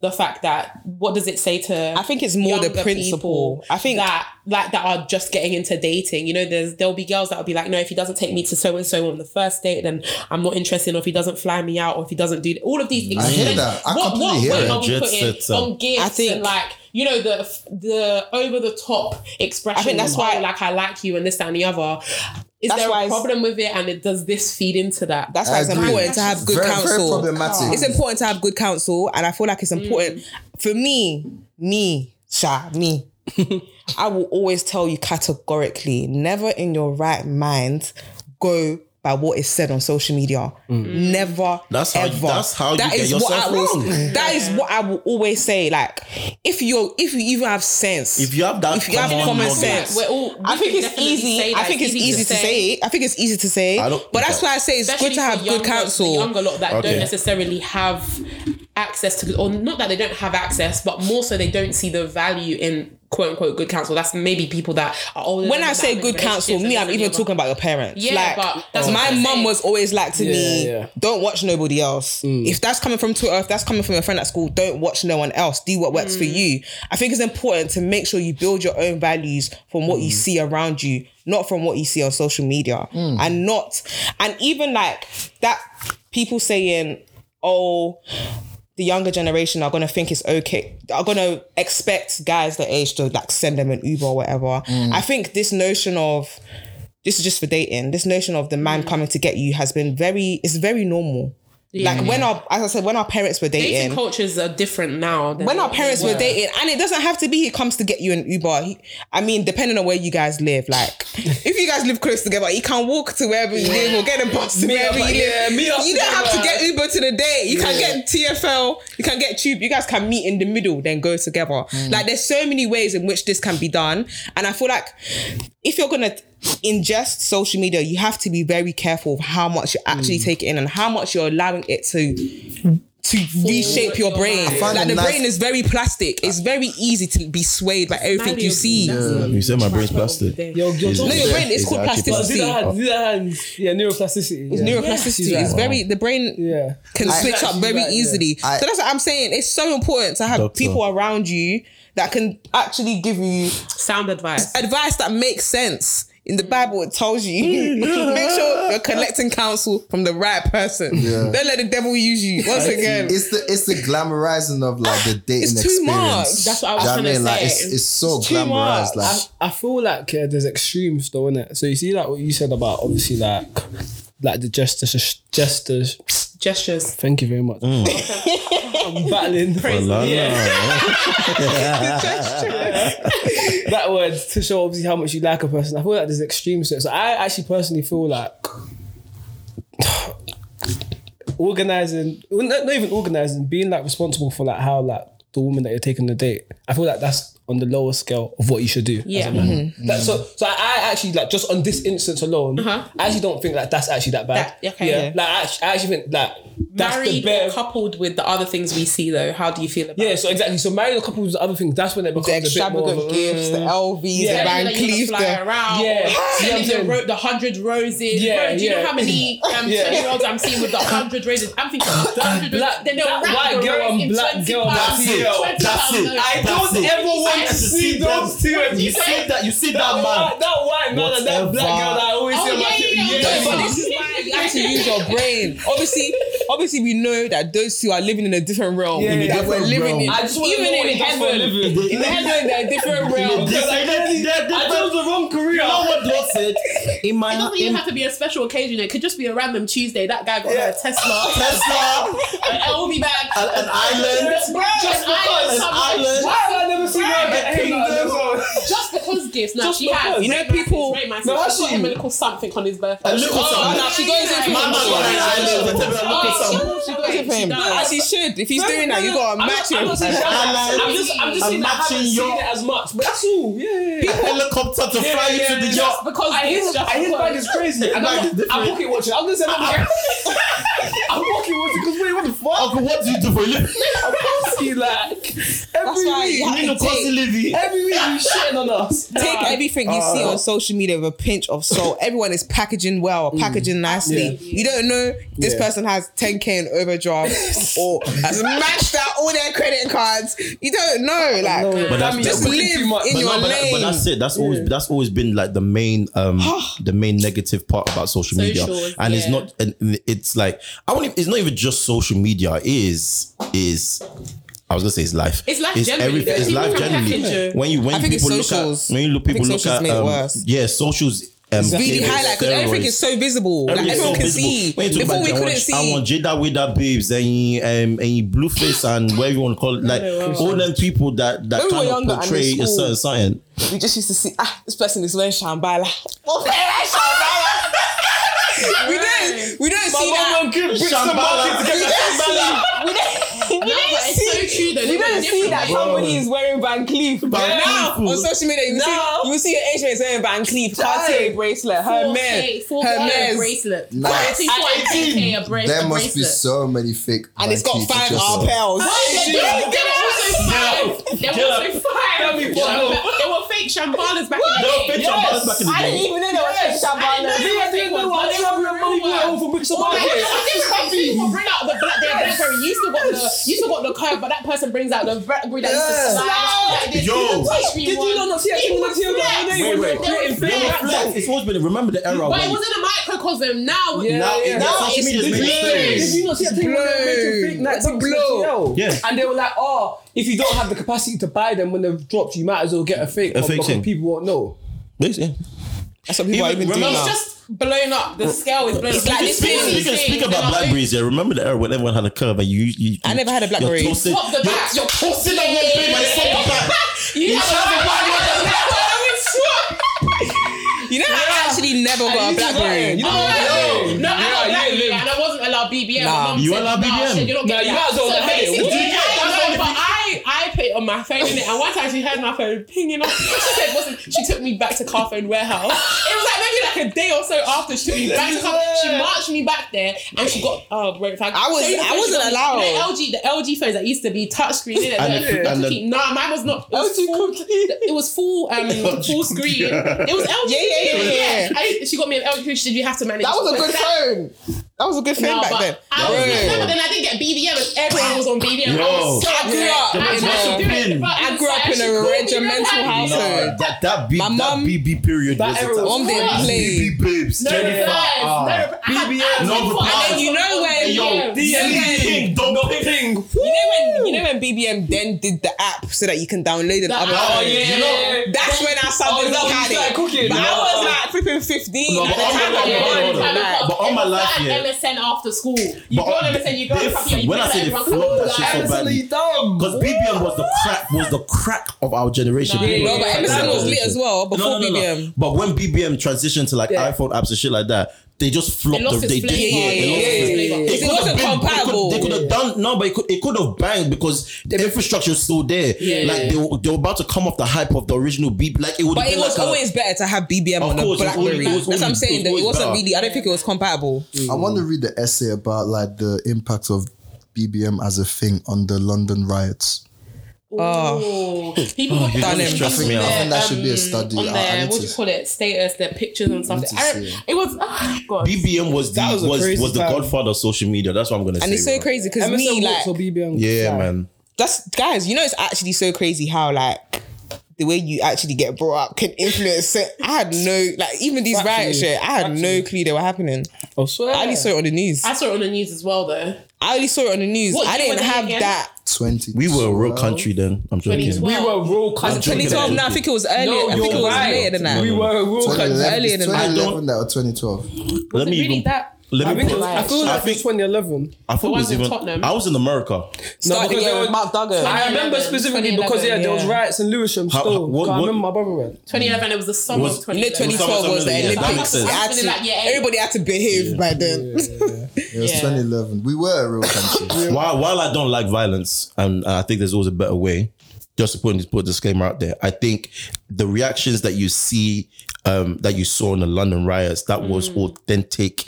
the fact that what does it say to
I think it's more the
younger
principle.
people
I think
that like that are just getting into dating. You know, there's there'll be girls that'll be like, no, if he doesn't take me to so and so on the first date, then I'm not interested. Or if he doesn't fly me out, or if he doesn't do all of these.
I hear
excuses.
that. I
what
completely
what
hear
weight
it.
are we
Jet
putting
setter.
on gifts
I think-
and like you know the the over the top expression?
I think that's
of,
why-
"Oh, like I like you and this that, and the other. Is
That's
there
why
a
it's-
problem with it? And it does this feed into that?
That's why it's
Agree.
important to have good
very, Very
counsel.
problematic.
it's important to have good counsel, and I feel like it's
Mm.
important for me, me, Sha,
[laughs]
me. I will always tell you categorically, never in your right mind go by what is said on social media.
Mm.
Never.
Mm. That's how you-
ever.
that's how you
That
get
is
yourself
what I will-
wrong.
That is what I will always say. Like, if you if you even have sense,
if you have that,
if you have
common
common
knowledge-
sense,
We're all- we
I think
can
it's
definitely say
easy.
that
I think it's easy to say. it. I think it's easy to say.
I
it.
don't-
But that's
okay.
why I say it's good to
Especially
have
for
good
younger-
counsel.
The younger lot that
Okay.
don't necessarily have access to, or not that they don't have access, but more so they don't see the value in quote unquote good counsel. That's maybe people that are older.
when
than
I
us,
say
that are
good
in
counsel, me,
relationships
I'm
and
even
this
talking about your parents.
Yeah,
like,
but that's what
my
I'm
mum
saying.
was always like to me,
yeah.
"Don't watch nobody else. If that's coming from Twitter, if that's coming from your friend at school, don't watch no one else. Do what works
Mm.
for you." I think it's important to make sure you build your own values from what you see around you, not from what you see on social media, and not, and even like that. People saying, "Oh." the younger generation are gonna think it's okay. Are gonna expect guys their age to like send them an Uber or whatever. I think this notion of this is just for dating. This notion of the man coming to get you has been very. It's very normal. Like when our, as I said, when our parents were
Dating
dating.
cultures are different now. than
when our
they
parents were
were.
dating, and it doesn't have to be he comes to get you an Uber. He, I mean, depending on where you guys live, [laughs] like if you guys live close together, he can walk to wherever you live or get a bus to wherever you
up-
live.
yeah, meet up
you don't have to
together.
get Uber to the date. You can get TFL, you can get Tube. You guys can meet in the middle, then go together. Like there's so many ways in which this can be done, and I feel like if you're gonna ingest social media, you have to be very careful of how much you actually take in and how much you're allowing it to. To reshape your
your
brain,
mind. I
find
like
it
the
nice-
brain is very plastic. It's very easy to be swayed by everything you see. No,
You said my brain's plastic.
Yo, yo,
Is-
talk-
your brain
Is
is called
it actually
do the
plasticity.
hands, do the hands. Yeah, neuroplasticity.
It's
yeah.
neuroplasticity.
Yeah.
It's very the brain
Yeah.
can switch up
Exactly
very
right, yeah.
easily.
I-
so that's what I'm saying. It's so important to have
Doctor.
people around you that can actually give you
Sound advice.
advice that makes sense. In the Bible, it tells you [laughs] make sure you're collecting counsel from the right person. Don't let the devil use you once again.
It's the it's the glamorizing of like the dating
It's too much.
experience.
That's what I was
Do you know
trying to
I mean? Like
say.
it's, it's so
It's too
glamorized.
much.
Like
I feel like uh, there's extremes though in it. So you see like what you said about obviously like like the justice justice.
Gestures.
Thank you very much. [laughs] I'm battling
La, la.
that word to show obviously how much you like a person. I feel like there's extremes to it. So I actually personally feel like [sighs] organizing, well, not, not even organizing, being like responsible for like how like the woman that you're taking the date. I feel like that's on the lower scale of what you should do. as a
Yeah.
man. That, so so I, I actually like just on this instance alone, I actually don't think like that's actually that bad.
That- okay.
yeah. Like I actually, I actually think that that's the
Married
bare.
or coupled with the other things we see though. How do you feel about
yeah, so exactly. So married a couple with other things, that's when it becomes
The
a bit more of
extravagant
a-
gifts, the LVs,
Yeah.
the Van
Telling you to
Cleef,
fly
the
around.
Yeah. See what I'm
Telling you
saying?
the, ro- the hundred roses.
Yeah,
Bro, do you
yeah.
know how many um,
Yeah.
20 year olds I'm seeing with the hundred roses?
[laughs]
I'm thinking the hundred
Black-
roses. Then they'll
black
wrap
white
the
girl
rose
and
in
black
20
girl,
pounds.
that's it.
That's
20 pounds.
it.
I don't ever want to see those two.
You
say?
see that? You see that,
That
man?
white, that white man and that
Whatever.
black girl that I always see
Oh,
on my
yeah, yeah,
yeah,
yeah.
but
but
this is why you have to use your brain. Obviously, obviously, we know that those two are living in a different realm.
Yeah, yeah,
that we're
different
living
realm.
in.
I just wanna
Even
know what
in
he does for a
heaven,
living.
in heaven, they're a
[laughs]
different realm.
Because I
They're- they're
I chose
different.
the wrong career.
You know what lost it? In my
It doesn't even
in
have to be a special occasion. It could just be a random Tuesday. That guy got her a Tesla,
Tesla,
[laughs]
an LV bag,
an, an island.
bro,
Just because
an island,
an
somewhere.
island.
Why have I never seen her get
Kingdom.
kingdom?
Just because gifts. No,
Just
she
because.
has.
You know,
It's massive,
people-
it's very massive.
No,
She
has
got
she?
him a little something on his birthday.
A little
Oh,
something.
no, she goes in for
Mama
him.
got an island. and tell me I look at some-
Oh, she goes in for
Him.
him.
As he should. If he's doing that, you gotta
I'm
match
not- I'm
him.
not saying that.
Island.
I'm just, I'm just
I'm
saying that I
matching
haven't seen
your-
it as much, but that's all. Yeah, yeah, yeah.
helicopter to fly you to the yacht.
Because
I his,
it's just
I his
because-
bag is crazy. And
bag is
I'm,
different.
I'm pocket watching. I'm gonna say I'm pocket I'm pocket watching because wait, what the fuck?
Uncle, what do you do for a living?
I'm constantly like every
why
week,
you have
You know,
to take-
Cosy Livy.
every week you shitting on us.
Take everything you
Oh,
see on social media with a pinch of salt. Everyone is packaging well, packaging nicely. You don't know this
Mm. Yeah.
person has 10k in overdraft
[laughs]
or has matched out all their credit cards. You don't know. Like,
But that's-
just
but-
live in your
but, that-
lane.
but that's it. That's always that's always been like the main um the main negative part about social media,
Socials,
and it's
yeah.
not and it's like I won't. Even, it's not even just social media. It Is is. I was gonna say it's life.
It's life generally.
everything.
There's
it's life
people
generally.
packaging.
When you when
I think it's
people look
socials.
at when you look
I think
people look
socials
at
made it
um,
worse.
yeah socials. Um,
really
gave it
highlight because everything
steroids.
is so visible. Like,
Everything's
everyone
so
can
visible.
see.
When you talk
Before
about
we
it, I
couldn't
want-
see.
I want Jada with that babes and he, um, and he blueface and whatever you want to call it, like all them people that that
When we
kind
were
of
younger and in
portray a
school,
certain something.
we just used to see ah this person is wearing shambhala. [laughs] we don't we don't see that.
Shambhala.
We [laughs] don't see- we don't- we
No,
don't
but
see-
it's so true though.
we don't see that somebody is wearing Van Cleef. now
Cleef.
on social media, you
Now.
see you see an Asian is wearing Van Cleef, Cartier bracelet, her men, her
Hermes
men,
bracelet.
Nah.
At 18, a bracelet.
there must be so many fake.
and it's got
Nike
five
pictures
R
of-
pearls.
There were also five. There were also five.
me,
There
Paul.
were- there were fake Shambalas back in the
No,
day.
bitch, I'm back in the
I didn't
day.
even know there was yes.
I
shambhala.
know.
I didn't know why they have your money going home from Bricks and
Like,
Market.
it's different. People bring out the black, their blackberry. You still got the, you still got the curve, but that person brings out the blackberry that used
Yeah.
to slide. Like, this
Yo.
little touch me
Did
one.
you not see
It
actually
was
not see that?
Wait, wait.
flex. They were
They were
flex.
flex.
It's always been remember the era
But
when
it wasn't a microcosm. Now,
Yeah,
now
yeah.
it-
Now
social media is
Did
making
you- did
things.
you not see that thing where they were making fake
blow.
Nike
It's a
dunks
blow.
for 12?
Yeah.
And they were like, oh, if you don't have the capacity to buy them when they've dropped, you might as well get a fake
A
one
fake
because
thing.
people won't know.
Basically.
That's what people are
Even-
even doing
remember-
now.
it's just blown up. The scale is blown up.
It's like this
Speaking,
Really?
speaking, speaking about blackberries, yeah. Remember the era when everyone had a curve and you, you, you
I never had a Blackberry.
You're toasted,
Swap
you're,
the back.
you're toasted at one babe and swap
[laughs]
the back.
You have
You know, I actually never got a
You just
BlackBerry.
lying. You don't
a
know.
BlackBerry. Oh, No, I
Yeah,
got
you ain't
BlackBerry
lived.
and I wasn't allowed BBM.
Nah.
My mum
You
said,
allowed
nah,
BBM?
shit, you don't
Nah,
get
you
that.
guys all
So
had it.
basically,
What did you
I
get? That's
know,
only
but I- I put it on my phone innit? and one time she heard my phone pinging off. She said, "What's it?" She took me back to Carphone Warehouse. It was like maybe like a day or so after she took me back to Carphone. She marched me back there and she got oh bro, if
I
I,
was-
Show you
I
the phone she
wasn't
got me.
allowed.
You know, LG the LG phones that used to be touchscreen in it.
And the- and the-
Nah, mine was not. It was
LG
full-
cookie.
it was full
[laughs]
um full screen. It was LG.
Yeah, yeah, yeah, yeah.
I, she got me an LG. She said you have to manage.
That was a
But
good phone. That was a good thing
No,
back
but
then.
I was,
Bro.
remember then I didn't get BBM and everyone was on BBM. I
Yo.
was so
I grew
upset.
up
I
in
tried to do
a-
it, but
I
it
grew
was like,
up in a
actually cool, you
regimental
don't have-
house.
No, that that, B,
My
that
mom-
BB period
That
was a
era
time.
was
Mom didn't
What?
play.
BB babes.
No
Jennifer,
replies.
ah.
No rep- I had
BBM. No
absolutely
replies.
no
And you know when-
replies.
Yo,
DMing.
Ping, don't ping.
You know when you know when BBM then did the app so that you can download and
The
other.
app,
Oh,
phones?
yeah.
Oh, You know-
That's when I started
is that when you
looking at
started
it.
cooking?
But
No.
I was like flipping fifteen.
No,
at
but
the
I'm
time.
not- hold
I
on,
was
hold on.
like-
But on my life, yeah.
MSN after school. You
But
go on
on-
MSN, you go
they-
on coffee, you
when I
pick
say
up
they
everyone.
flogged that
Like,
shit so
everyone-
badly.
dumb.
Because BBM was the crack was the crack of our generation.
No,
People
No,
were
but
the crack of
MSN
our
was lit
generation.
as well
No,
before
no, no, no.
BBM.
But when BBM transitioned to like iPhone apps and shit like that, they just flopped.
It lost
the-
its
they
flavor.
did, yeah, they
Yeah,
lost
yeah,
its
yeah,
flavor.
yeah.
It
It
could
wasn't
have been
comparable.
They could have done no, but it could, it could have banged because the infrastructure is still there. like they were, they were about to come off the hype of the original BB. Like it would.
But
been
it was
like a-
always better to have BBM
Of
on a
course, it was always-
BlackBerry.
it was
That's what I'm
always- it
saying.
was
That it
always
wasn't
better.
really. I don't think it was compatible.
I want
Mm.
to read the essay about like the impact of BBM as a thing on the London riots.
Oh, people oh,
done him.
Stress me out. I
think that should be a study.
um, On
I- I
their,
need
what
to-
do you call it, status, their pictures and stuff.
to
I-
see it.
It was, oh, God.
BBM was the
That
was
was a
was,
crazy
the
time.
godfather of social media. That's what I'm gonna say.
And it's so
bro.
crazy because me
MSN works
like
for BBM.
Yeah,
Like,
man.
that's guys. You know, it's actually so crazy how like. The way you actually get brought up can influence. So I had no like even these riot
Factually.
shit. I had no clue they were happening.
I swear.
I only saw it on the news.
I saw it on the news as well, though.
I only saw it on the news.
What
I
year
didn't
was it
have
again?
that.
Twenty.
We were a real country then. I'm joking.
2012.
we were real country.
joking.
2012. No, I think it was earlier.
No,
I think
you're
it was
right.
later than that.
We were a real country.
2011,
earlier
it's
than that.
2011 that or 2012.
Let me
really
even.
that-
I
Let me.
think it
put-
was, I feel like
I
it was
think
2011.
I thought it
ones
was
in
even.
Tottenham.
I was in America.
because
Starting year
they
with
were-
Mark Duggan.
I remember
2011,
specifically because yeah, there was
2011, yeah.
riots in Lewisham
How-
still.
what-
'Cause I
what-
remember my brother went.
2011, it was the summer
Was-
of
You know,
2011.
2012 was the
Yeah,
Olympics.
that makes sense.
It had to-
Like, yeah.
everybody had to behave by then.
It was
Yeah.
2011. We were a real
[laughs]
country.
While while I don't like violence, and I think there's always a better way. Just to put put a disclaimer out there, I think the reactions that you see, um, that you saw in the London riots, that was authentic,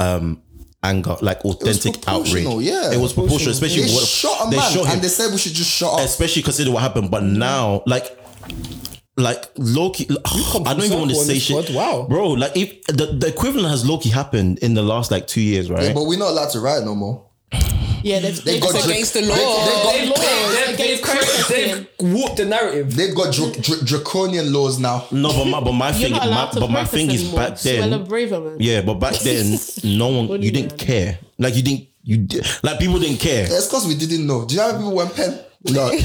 um, anger, like authentic outrage.
proportional, yeah.
it was proportional, especially
they
what
shot a
they
man
shot him
and they said we should just shut up.
especially consider what happened. But now, like, like Loki, [sighs] I don't even want
circle
to
on
say
this
shit.
pod, wow.
bro! Like, if the, the equivalent has Loki happened in the last like two years, right?
Yeah, but we're not allowed to riot no more.
Yeah, they've, they've
got
got
drip-
against the
they-
law.
They, got,
They've,
Against
they've,
protesting.
they've warped the narrative.
they've got dra- dra- draconian laws now.
no, but my but my
You're
thing,
not
my,
allowed to
but my
protest
thing is
anymore.
back
Swell
then.
of braver, man.
Yeah, but back then, no one you didn't care. Like you didn't you di- like people didn't care.
That's because we didn't know. Do you know how people went pen? [laughs]
Like,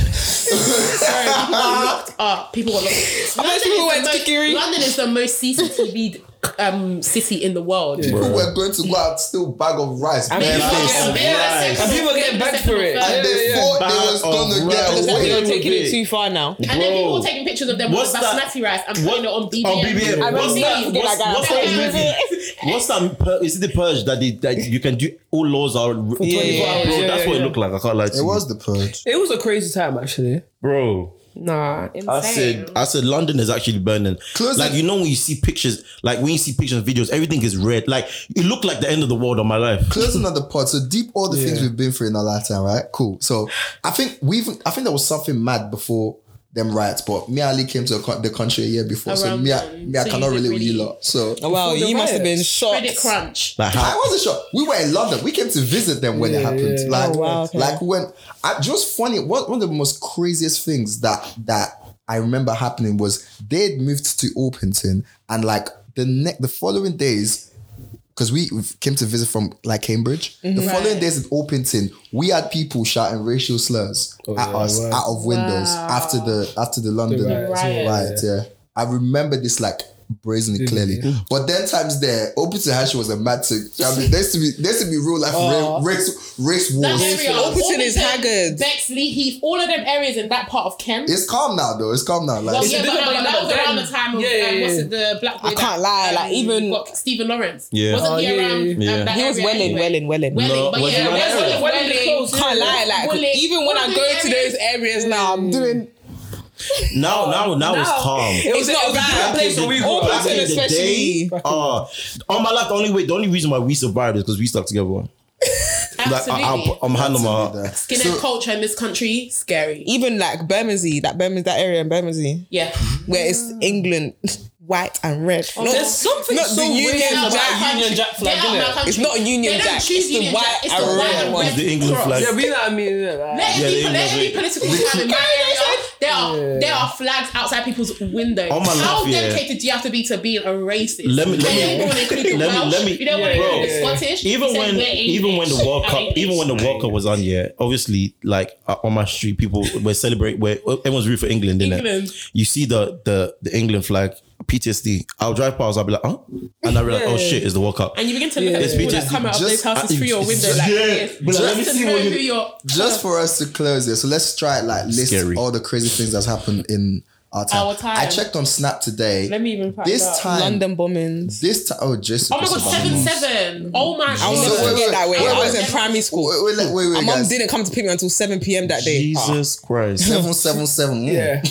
Sorry, people got locked up. Ah, People [laughs] got locked up. London,
people
is
went
the most-
kikiri.
London is the most CCTV um, city in the world.
People were going to go out still bag of rice. bare
people
face.
get- And people get back for it.
And they
Yeah, yeah,
thought
Bag
they was
of
gonna
rice.
get
Because
away.
you're
Wait.
taking it
Wait.
too far now.
And then people
Bro.
were taking pictures of them
What's
with
that-
basmati rice and
What- Oh,
putting it on BBM.
on BBM.
I
What's
remember
that?
seeing that
What's,
guy.
what's that movie? What's that? pur- Is it the purge that, they, that you can do? All laws are yeah,
yeah,
bro.
yeah,
that's what
yeah.
it looked like. I can't lie to
It
you,
was the purge.
It was a crazy time, actually.
bro.
Nah.
I said, I said, London is actually burning.
Close
like
it.
you know when you see pictures, like when you see pictures, and videos, everything is red. Like it looked like the end of the world on my life.
Close another pod. So deep all the things
Yeah.
we've been through in our lifetime, right? Cool. So I think we've I think there was something mad before them riots, but me Ali came to a con- the country a year before. So
Around
me, I,
then.
me I
So you
cannot
didn't
relate with you
really-
lot. So
Wow,
the
you must have been
riots.
shocked.
Credit crunch.
Like
I
how?
wasn't sure. We were in London. We came to visit them when it
Yeah,
happened.
yeah.
Like,
Oh, wow, okay.
like when I just funny. One, one of the most craziest things that that I remember happening was they'd moved to Orpington and like the neck the following days. Because we came to visit from like Cambridge, the following days in Orpington, we had people shouting racial slurs at
yeah,
us
wow.
out of windows after the after the London
riots,
yeah.
riots, yeah. I remember this like brazenly clearly. But then times there, open to hash was a mad thing. I mean, there used to be there used to be real life ra- race race
That
wars.
area,
Orpington
all
is
of them,
haggard.
Bexley Heath, all of them areas in that part of Kent.
It's calm now though. It's calm now.
Well,
Like it's-
yeah, but
different
no,
back
that was
then.
around the time of
Yeah, yeah,
um, what's
yeah.
it, the black. boy
I
that,
can't lie, like,
um,
even-
got Stephen Lawrence.
Yeah.
wasn't
Oh,
he
yeah,
around?
yeah.
um, that
He was
area
well in,
anyway?
well in, well in.
Welling,
No,
but
was he
yeah,
around
there's
that area?
only
Welling
Welling,
close,
Can't lie, like
Woolwich.
even when I
All
go
these
to those
areas-
areas now, I'm doing.
Now, now, now it's calm.
It
It's not bad.
place where we grew
All
up.
Back
Orpington
in the
especially.
day, uh, on my life, the only way, the only reason why we survived is because we stuck together. Like, I,
Absolutely.
I'll put- I'm hand on my
it's-
heart.
Skinhead culture in this country, scary.
Even like Bermondsey, that Bermondsey, that area in Bermondsey,
Yeah.
where it's England, [laughs] white, and red.
Oh,
There's something
Not
so
the
weird
Union
about
Jack.
Union Jack flag,
Get out of my
innit?
country.
It's not a Union
They don't
Jack.
choose
It's the
Union
white
Jack, it's the
and
white
red
and
one.
red.
The English flag.
Yeah, we know what I mean. innit? Like,
Let,
Yeah,
any,
the
let any
English-
political time in Nigeria, there are there are flags outside people's windows.
All my
How
life, yeah.
dedicated do you have to be to being a racist?
Let me- let
You
me-
don't want to include the
let me-
Welsh.
let me-
You don't want to
yeah,
include
yeah,
the
yeah.
Scottish.
even
You say
when
we're
even when the
English.
World Cup
We're
even when the
English.
World Cup was on yeah obviously like uh, on my street people were celebrating where everyone's rooting for England in
England.
it you see the the the England flag PTSD I'll drive past I'll be like huh and I realize oh shit it's the World Cup
and you begin to look at
It's
the people that
because-
come out of
just-
those houses
I-
through your window like
yeah,
this.
but like, let me
Just
see
to know
what you-
who you're.
Just for us to close this, so let's try it, like list
Scary.
all the crazy things that's happened in our time.
Our time.
I checked on Snap today.
Let me even find
this
out.
time,
London bombings.
This time, oh Jason.
Oh my god, seven seven. Oh my
I will
So
never
wait,
god.
forget
wait,
that way.
wait,
I was
wait.
in primary school.
Wait, wait, wait, wait,
My
wait
mom
guys.
didn't come to pick me until 7 p.m. that day.
ah.
Jesus Christ
Seven, seven, seven. mm.
Yeah.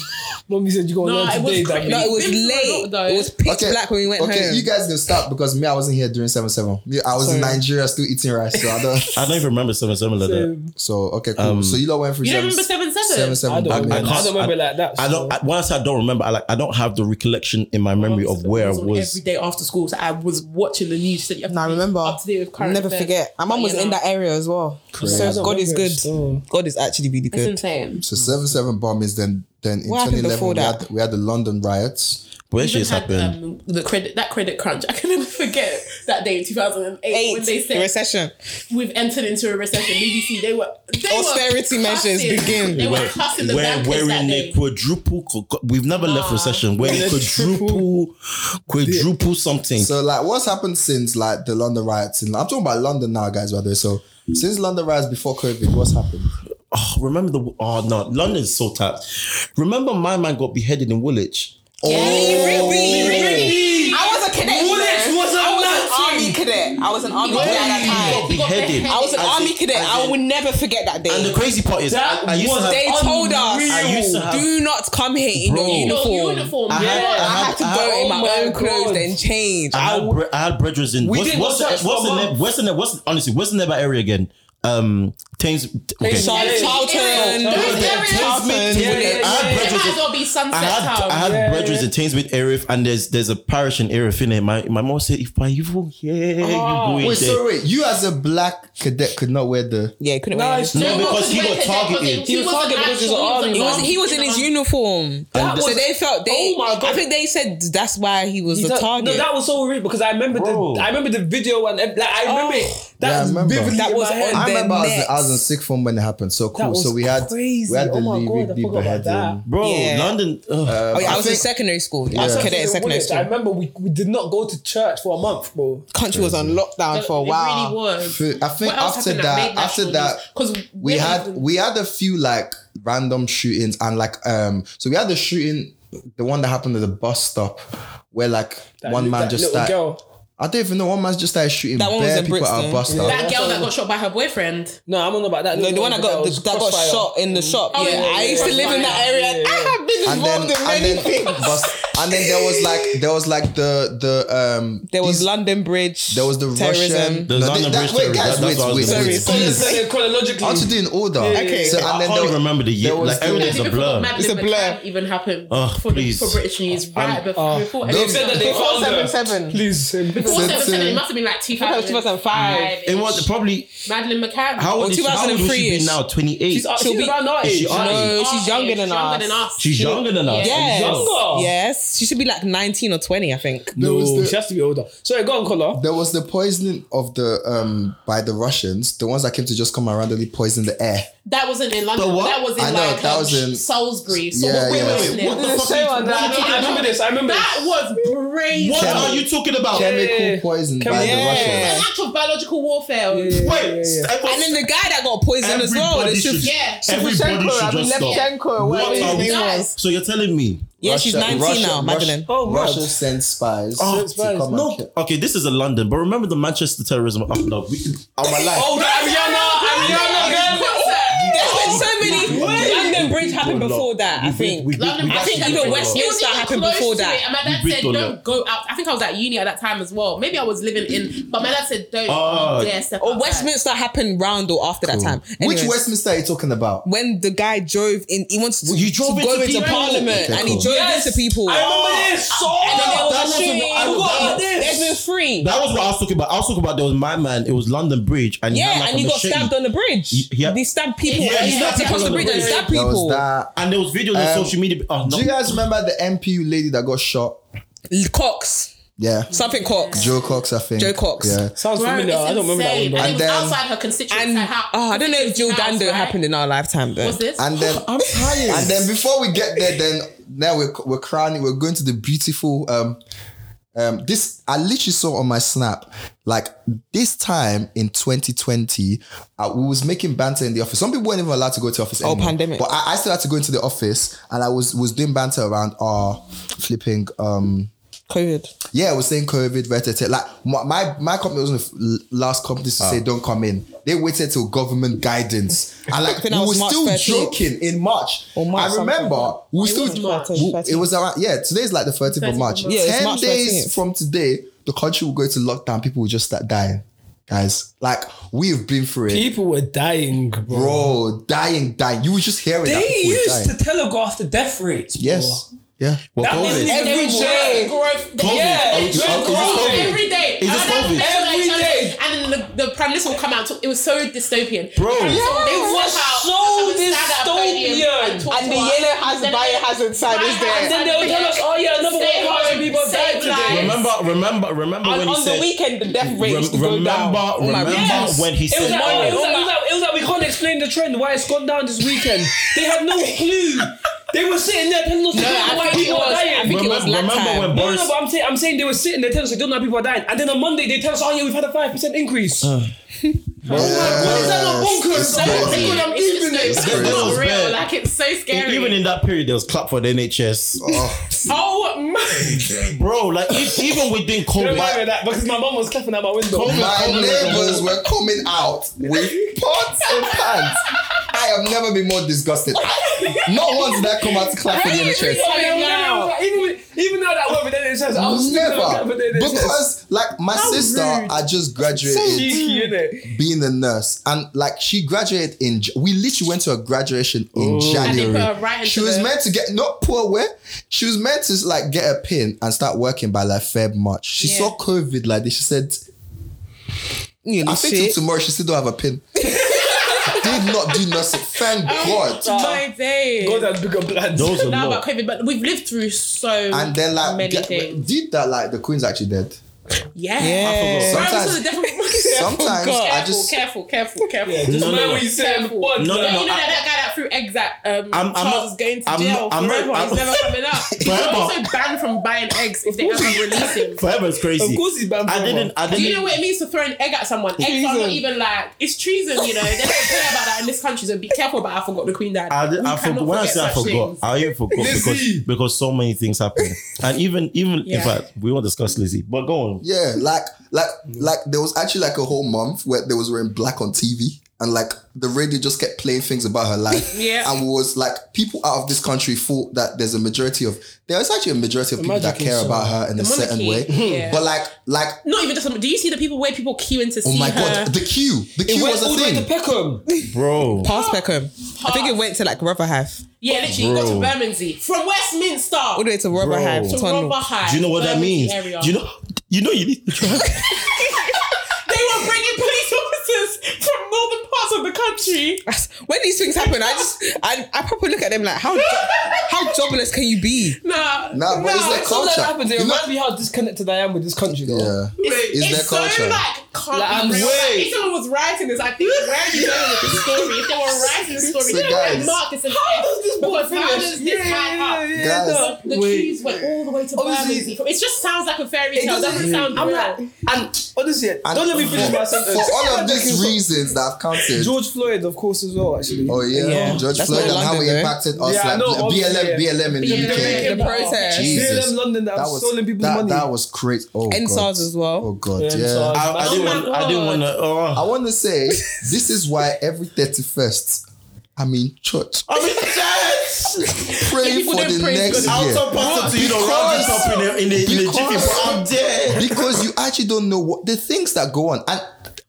Mommy said you got to
No,
learn
it was
today.
crazy.
That
Ah. No, it was
Been through a
late.
lot, though.
It was pitch black when we went
okay,
home.
you guys can stop because me, I wasn't here during seven seven. Me, I was in
Sorry.
Nigeria still eating rice, so
[laughs]
I don't.
I don't even remember seven seven like
uh,
that
so okay, cool. so you lot went through
You don't
seven,
remember seven
seven,
seven?
Um,
seven.
I don't
back
remember.
then.
I don't remember like that.
I don't I, when I say I don't remember I like I don't have the recollection in my memory of where I
on
was
every day after school. So I was watching the news. So you have to
And I
be
remember.
Up to date with current
Never
affairs.
forget. My mum
But,
was
you know,
in that area as well. So God is good. God is actually really
It's
good.
insane.
So seven seven bombings. Then then in
What happened
2011
before
we had,
that?
we had the London riots.
where
Even
shit
had,
happened
Um, the credit that credit crunch. I can never forget that day in two thousand and eight
Eight,
when they
the
said
recession.
we've entered into a recession. BBC they were they
Austerity
were
measures
cussing-
begin.
They were
Where-
cussing the
where-
bankers
we're
that
in
day.
a quadruple. co- co- We've never left recession. We're in quadruple, quadruple something.
So like, what's happened since like the London riots? In, I'm talking about London now, guys. By the way, so since London riots before COVID, what's happened?
Oh, remember the oh no, London's so tapped. Remember my man got beheaded in Woolwich.
I was a cadet. you know. I was an army cadet. I was an army cadet at that time.
He got beheaded.
I was an
As in-
army cadet.
as
I
in-
will never forget that
And the
day.
crazy part is, I, I used to have.
They told us,
I used to have.
do not come here in
Bro.
your uniform.
Uniform.
I had,
yeah.
I had to
I
go in
oh
my,
my
own clothes
God.
and change.
I
I
had, bre- I had brethren in what's,
didn't
what's,
go
the-
church for
what's,
a
the ne-
month.
what's the ne- what's honestly what's the neighbor area again? Um, Thames. Okay.
Charlton, Charlton,
Those areas-
Charlton,
Yeah, yeah,
Woolwich.
I had
It might
brethren
as well be sunset
I had
town.
I had
Yeah,
brothers
yeah.
in Tainsmith, Erith, and there's there's a parish in Erith in it. My my mom said, if by you go here, you go in
Wait,
there.
so wait, you as a black cadet could not wear the.
Yeah, couldn't
No,
wear
it's
No,
not.
because he
Wait,
got
because they-
targeted.
He was
wasn't
targeted because he's an
actual-
army.
He was, he was in his uniform, so
was-
they felt they.
Oh my God.
I think they said that's why he was
He's
the
a-
target.
No, that was so weird because I remember
Bro.
the I remember the video and ev- like I remember it. That
Yeah, I
was
remember.
vividly
That
in
was
my head.
on
I
Their
remember I was,
necks.
I was in sick form when it happened. So cool.
was
So we had
crazy.
we had the
Oh my
Lee
God, I
Rigby
forgot about
beheading.
that.
Bro,
Yeah.
London. ugh.
oh, yeah, I,
I
was in
think-
secondary school. I was a
Yeah.
cadet in
It
secondary
was. I
school.
remember we, we did not go to church for a month, bro.
Country was on lockdown for a
It really
while.
was.
I think after that, after that,
because
we had we had a few like random shootings and like um so we had the shooting the one that happened at the bus stop where like one
That
man just
little
started
girl.
I don't even know one man just started shooting
That one was
bare
in
people
Brixton.
at a bus stop
that girl that got shot by her boyfriend.
No, I'm on about that.
No,
little
the one that
girl
got
was
that got
crossfire.
shot in the shop.
Oh,
yeah,
yeah,
I
yeah,
used to
yeah.
live in that area. and I have been
and then
involved in
and
many
then [laughs]
things.
bus, and then there was like there was like the the um
There was
these-
London Bridge.
there was the
terrorism.
Russian
The
no,
London
they-
Bridge
that, wait
terrorism, that's
guys wait
what I was
wait
gonna
wait
say. Sorry,
please
Chronologically.
I want to
Chronologically.
do it in order
yeah,
so
I can't
and then there
even
was,
remember the year.
there was
Like
the-
everything's a
People
blur.
thought Madeleine
It's a blur.
McCann Even happened
Ugh,
for, the,
please.
for British news right
I'm-
before. before
They said that they found her.
477.
Please, um, because-
Four seven seven.
Since,
It
uh,
must have been like two
was
thousand
2005.
It was probably
Madeline McCann.
how old,
Or
is she, how old would she
2003 -ish.
be now? Twenty eight.
she's, she's
She'll be-
around our
is she
age.
on-
No,
Oh,
she's younger than
younger
us.
Than us.
She's younger than us.
Yes.
Younger?
Yes. She should be like 19 or 20, I think.
there was
No,
the-
she has to be older. Sorry, go on, Color.
There was the poisoning of the um by the Russians, the ones that came to just come and randomly poison the air.
That wasn't in London.
what?
That was in
I know,
like
that
um,
was in-
Salisbury. So
Yeah,
what,
yeah.
was
Wait, what
it?
the fuck? are you-
I remember this. I remember.
That was crazy.
What are you talking about?
Chemical poison by
Chemical-
the
Yeah.
Russians.
That's actual biological warfare. Yeah.
Wait,
And then the guy that got poisoned as well. The
everybody
Shif-
should,
Yeah.
everybody
Shevchenko, I
should
mean,
just stop.
Levchenko, whatever
What
his
are we-
name
Guys.
was.
So you're telling me
Yeah, she's 19 now, Madeline.
Oh,
Russia,
mad.
Russia sent spies
Oh,
to come
no.
and kill.
Okay, this is a London, but remember the Manchester terrorism. Oh, no, we,
Oh my life.
Oh, the Ariana, Ariana, girl.
There's been so many. London Bridge happened
a lot.
before that, I
We've been-
think.
we've been-
London
we've
I
Bridge
think
been
happened
even
through a lot.
before. It
Westminster
even
happened
close
before
to
that.
it, And my dad
We
said,
built a
don't
lot.
go out. I think I was at uni at that time as well. Maybe I was living in, but my dad said, don't
Ah.
Oh.
dare step
Or
outside."
Westminster happened round or after that time. Anyways,
Which Westminster are you talking about?
When the guy drove in, he wanted to,
you drove
to go
into
into
people.
Parliament
Okay,
and he
cool.
drove into people.
I remember this.
and then there
that
was
was
a shooting.
what I- that-
There's been three.
That was what I was talking about. I was talking about there was my man. It was London Bridge, and he
yeah,
had like
and
a
he got
machete.
stabbed on the bridge.
yeah.
He stabbed people.
Yeah,
he
he
stabbed
stabbed
across
people
the
on the
bridge and he
bridge.
stabbed
That was
people.
that.
And there was videos
Um,
on social media. Oh, no.
Do you guys remember the MPU lady that got shot?
Cox.
Yeah.
Something Cox.
Joe Cox, I think.
Joe Cox.
Yeah.
Sounds
Bro,
familiar.
it's
I don't remember that one
insane.
though.
And,
And
it
then-
was outside her constituency
And
house.
oh, I don't know if Jill
house,
Dando
right?
happened in our lifetime though.
What's this?
And
[laughs]
then
[gasps]
I'm tired.
and then before we get there, then now we're we're crowning, we're going to the beautiful um um this I literally saw on my snap, like this time in 2020, I, we was making banter in the office. Some people weren't even allowed to go to office anymore.
pandemic.
But I, I still had to go into the office and I was was doing banter around our flipping um
COVID.
yeah, I was saying COVID, red, red, red. like my, my my company was one of the f- last companies to
Ah.
say don't come in. They waited till government guidance, and
[laughs]
like we
Then that
were
was March
still
13th.
joking in March.
Or March
I remember
something.
we were
It
still
was March,
we-
13th.
it was around yeah. Today's like the thirteenth of March.
Yeah, it's
Ten
March
days
13th.
from today, the country will go into lockdown. People will just start dying, guys. Like we've been through it,
People were dying, bro.
bro. Dying, dying. You were just hearing that
They
people were
used
dying.
to telegraph the death rates. bro.
Yes, yeah.
Well,
That
COVID.
means they
Every day.
COVID.
were Yeah,
Are you- are- is
it's
this
COVID.
COVID?
Every day.
Is this
And then-
COVID?
and then,
Every
like,
day.
And then the, the prime minister will come out. To, it was so dystopian.
Bro.
The prime minister
Yeah,
will-
it
they walk
was
out.
so
and stand at a
dystopian.
podium talk
And
to
the
us.
yellow has-
Then-
biohazard sign is there.
And
Then they would tell us, oh yeah, another
Save
1,000 people
lives,
died
save
today.
lives.
Remember, remember, remember when
And
he
on
said.
the weekend, the death rate used to
Rem-
go down.
remember,
Oh my
remember
goodness.
when he
It was,
said,
like,
oh,
it, was like, it, was like, it was like we can't explain the trend why it's gone down this weekend. they had no clue. They were sitting there telling us
No,
"Don't know
I
why
think it
people are
was- I
dying.
think it was
remember,
lap time.
remember when
No, no,
Boris.
no, but I'm saying I'm saying they were sitting there telling us they don't know how people are dying, and then on Monday they tell us, oh yeah, we've had a five percent increase.
Uh.
Yes, it's
Like,
crazy.
they call them- It's
It's
just no- it's not
crazy.
real. Like it's so scary.
Even in that period, there was clap for the NHS,
Oh.
[laughs]
oh my.
bro. Like if, even within
Don't
COVID,
remember that because my mum was clapping at Oh, my window. [laughs]
My neighbors were coming out with pots and pans. I have never been more disgusted. Not once did I come out to clap for the NHS.
Even now, even even now that I work with NHS, I was still clapping for
Never.
the NHS.
Because, like, my sister
rude.
had just graduated
cheeky, innit?
being a nurse. And, like, she graduated in. J- We literally went to her graduation in
And they put
January.
her right
she
into
was
the-
meant to get. Not poor where? She was meant to, like, get a pin and start working by, like, Feb, March. She
Yeah.
saw COVID like this. She said,
You know,
I think till
shit.
tomorrow she still don't have a pin. Did not do nothing. Thank God.
My day.
God has bigger plans.
those are
Now
not.
about COVID, but we've lived through so
And then like
many
get-
things.
did that like the queen's actually dead.
Yeah. Oh,
Yeah.
Right,
Sometimes-
this is
[laughs]
a different-
Sometimes
God.
I
Careful,
just
careful, careful, careful.
Just
No, no,
mind
no.
what you say on the pod,
No, no,
man.
Yeah,
no.
you know that, that guy that threw eggs at um,
I'm- I'm
Charles
not-
is going to
I'm
jail
not- I'm not-
forever. He's
I'm-
never coming
[laughs]
out. He's
Forever.
also banned from buying eggs if they ever release him.
Forever is crazy.
Of course he's banned
I
forever.
didn't. I didn't.
Do you know what it means to throw an egg at someone? Eggs are
Treason.
not even like it's treason, you know. They don't care about that in this country, so be careful about I forgot the queen died.
I, did,
We
I forgot.
cannot
When I
forget
say I
such
forgot,
things.
I even forgot because
Lizzie.
because so many things happen, and even even
Yeah.
in fact we won't discuss Lizzie. But go on.
yeah, like like like there was actually like a whole month where they was wearing black on TV and like the radio just kept playing things about her life.
Yeah.
And was like people out of this country thought that there's a majority of there's actually a majority of people that
monarchy,
care
so-
about her in a certain way.
monarchy, yeah.
But like like
Not even just. Do you see the people where people queuing to see
oh my
her?
god, the queue. The
It
queue
went
was
all
a
the way to
thing.
Peckham.
Bro,
Past Peckham. I think it went to like Rotherhithe.
Yeah, literally, you
Bro.
got to Bermondsey from Westminster
All the way to Rotherhithe.
To
Tunnel.
Rotherhithe,
do you know what that
Bermondsey
means?
area.
Do you know? You know you need to try.
they were bringing police officers from northern parts of the country.
[laughs] When these things happen, I just I, I probably look at them like how jo- how jobless can you be?
Nah,
Nah, but it's their
All that
culture.
happens, it
You know-
reminds me how disconnected I am with this country, though.
Yeah. It's, their culture.
so like, can't
Like, I'm
be real. Like,
way-
if someone was writing this, I think where are you going with the story? If they were writing the story,
So
they would
guys-
have marked this as How does this boy How does this
Yeah,
guy
yeah, yeah,
up?
yeah,
Guys,
no.
The trees went all the way to
Obviously-
Bermondsey. It just sounds like a fairy tale. It
doesn't-
doesn't sound
I'm
real.
like, and honestly,
And
don't let me finish
for,
my sentence.
For all of these
Because
reasons that I've counted.
George Floyd, of course, as well. Actually,
oh yeah,
Yeah.
George
That's
Floyd
not
and how
London,
it
though.
impacted us.
Yeah, I
like,
know,
BLM,
obviously, yeah.
BLM in the
Yeah,
UK.
yeah,
The
yeah.
protest.
Jesus.
BLM London, that,
That
was
was
stolen people
that,
money.
that was crazy. Oh,
And
God.
SARS as well.
Oh god,
Yeah,
yeah.
SARS.
I, I didn't
my
want. I didn't want to.
I
Oh.
want to say this is why every thirty first, I'm in church.
[laughs]
I'm in church.
pray for the next year.
I'll pass up to you know, round it up in a, in a, in a chicken,
Because-
but I'm dead.
because you actually don't know what the things that go on. And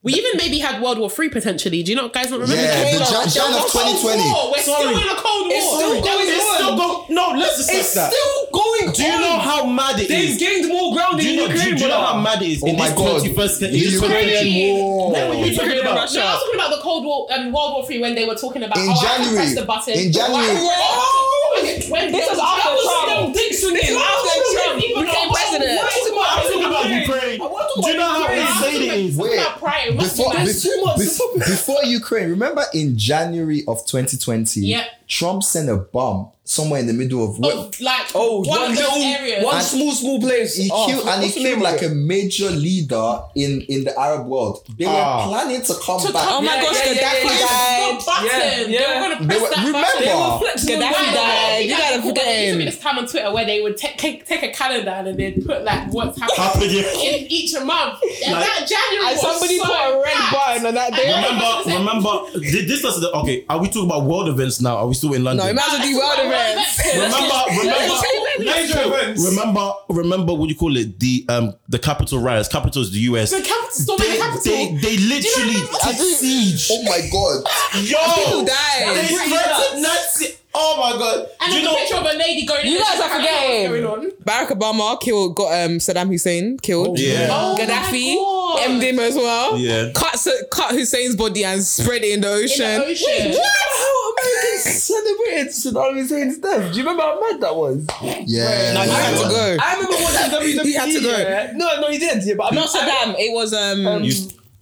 We even maybe had World War Three potentially. Do you not guys not remember?
yeah,
that?
the Jan, Jan of 2020.
We're still in a cold war.
It's still going
It's
on.
still go- no, let's discuss
It's
that.
still going
Do you
on.
know how mad it
They've
is?
gained more ground
Do
in
you know, do,
Ukraine,
you- do you know how mad
brother.
it is
Oh
in
my
this
God.
21st
The
century?
Ukrainian war.
When were you talking about?
Russia.
No, I was talking about the Cold War and World War Three when they were talking about
In
oh, I can
January.
press the button.
In January.
Oh, when
This is after Trump.
Dixon is
after Trump
became president.
I'm talking about Ukraine. Do you know how insane it is?
Wait,
about pride. It must
before,
be like-
bef- bef- before Ukraine, remember in January of 2020,
Yeah.
Trump sent a bomb somewhere in the middle of where
Of, like
Oh,
one
one
of those
little-
areas.
one
And-
small, small place.
he
Oh,
killed and he
what's the name
became
of
like
it?
a major leader in, in the Arab world. They
Ah.
were planning to come back.
Oh my
Yeah,
gosh,
yeah, yeah, yeah,
Gaddafi died.
The button.
Yeah,
They were
yeah.
gonna
They
press
were-
that
remember?
button.
They were flexing on
Gaddafi
that.
died. You gotta
cool,
forget
there used to be
him.
This time on Twitter where they would take take, take a calendar and they'd put like what's happening
Happening.
in each month. And that January
And
was
somebody
so
put a red
packed.
button on that day.
Remember, remember, thi- this was the okay. Are we talking about world events now? Are we still in London?
No, you might as well do world events.
remember, remember,
Major events.
remember, remember. What do you call it? The um, the capital riots. Capital is the US.
The capital storming
they,
the capital.
they, they literally took siege.
Oh my
[laughs]
god.
Yo,
People
they
died.
threatened Nazi. Oh my god!
And
you
there's a
know,
picture of a lady going. in
You
the
guys are
shower. I don't know
forgetting.
what's going on.
[laughs] Barack Obama killed, got um, Saddam Hussein killed.
yeah.
Oh my
Gaddafi
God.
emmed him as well.
Yeah.
Cut, Sa- cut Hussein's body and spread it in the ocean.
In the ocean.
How Americans celebrated Saddam Hussein's death. Do you remember how mad that was?
Yeah.
Now you
He had to go.
I remember watching WWE.
He had to go.
yeah. No, no, he did. Yeah, but I'm
Not
not
Saddam. It was um, um
You-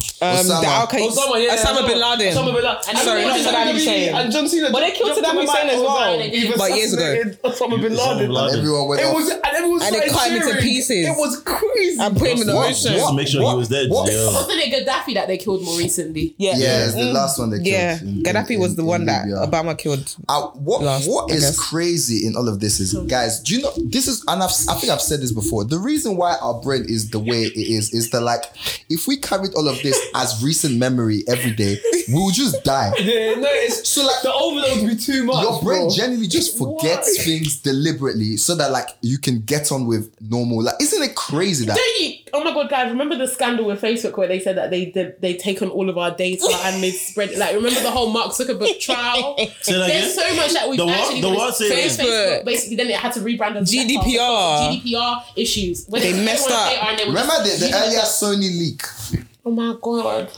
the
Osama.
Al Qaeda.
Osama, yeah,
Osama
yeah,
bin Laden.
Osama bin Laden. And
Sorry,
I
not
remember
Saddam
WWE
Hussein.
E, And John Cena.
But they killed Saddam Hussein as well.
He
But years ago.
assassinated Osama bin Laden.
Osama bin Laden.
Everyone went
It
off.
was and everyone
And they
started
cut him into
cheering.
pieces.
It was crazy.
and put him in the
What?
ocean.
What?
just to make sure he was dead.
What?
Yeah.
Wasn't it Gaddafi that they killed more recently?
Yeah, Mm,
Yeah, it's the
Mm.
last one they killed.
Yeah,
in-
Gaddafi
in-
was the
in
one that
Libya.
Obama killed.
Uh, what
Last,
what
I
is
guess.
crazy in all of this
Hmm.
is, guys, do you know this is and I've, I think I've said this before. The reason why our brain is the way it is is that like if we carried all of this as recent memory every day, we would just die.
Yeah, no, it's
So like
the overload would be too much.
your brain
bro.
generally just forgets things deliberately so that like you can get on with normal. Like, isn't it crazy that?
Don't you? Oh my god, guys! Remember the scandal with Facebook where they said that they they, they taken all of our data and they spread. Like, remember the whole Mark Zuckerberg
[laughs]
trial?
Say that
There's
again.
so much that we've
The what-
actually
the
done.
what say
So
it?
Facebook.
Basically, then it had to rebrand as
GDPR.
GDPR issues. When
They messed
everyone's
up.
data and they were
Remember
just-
the, the earlier Sony leak?
Oh my god!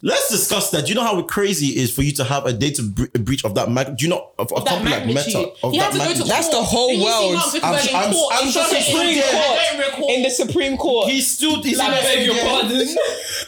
Let's discuss that. Do you know how crazy it is for you to have a data bre- breach of that magnitude? Do you know of a
That
company like
magnitude.
Meta of
he
that
had to go to
magnitude?
That's the whole
Did you see
world.
Mark Zuckerberg
I'm-
in
I'm-
court? He
I'm
shot it
Supreme
in
Court.
I don't recall.
In the Supreme Court.
He's still. He's
I
in
beg your
there.
[laughs]
pardon,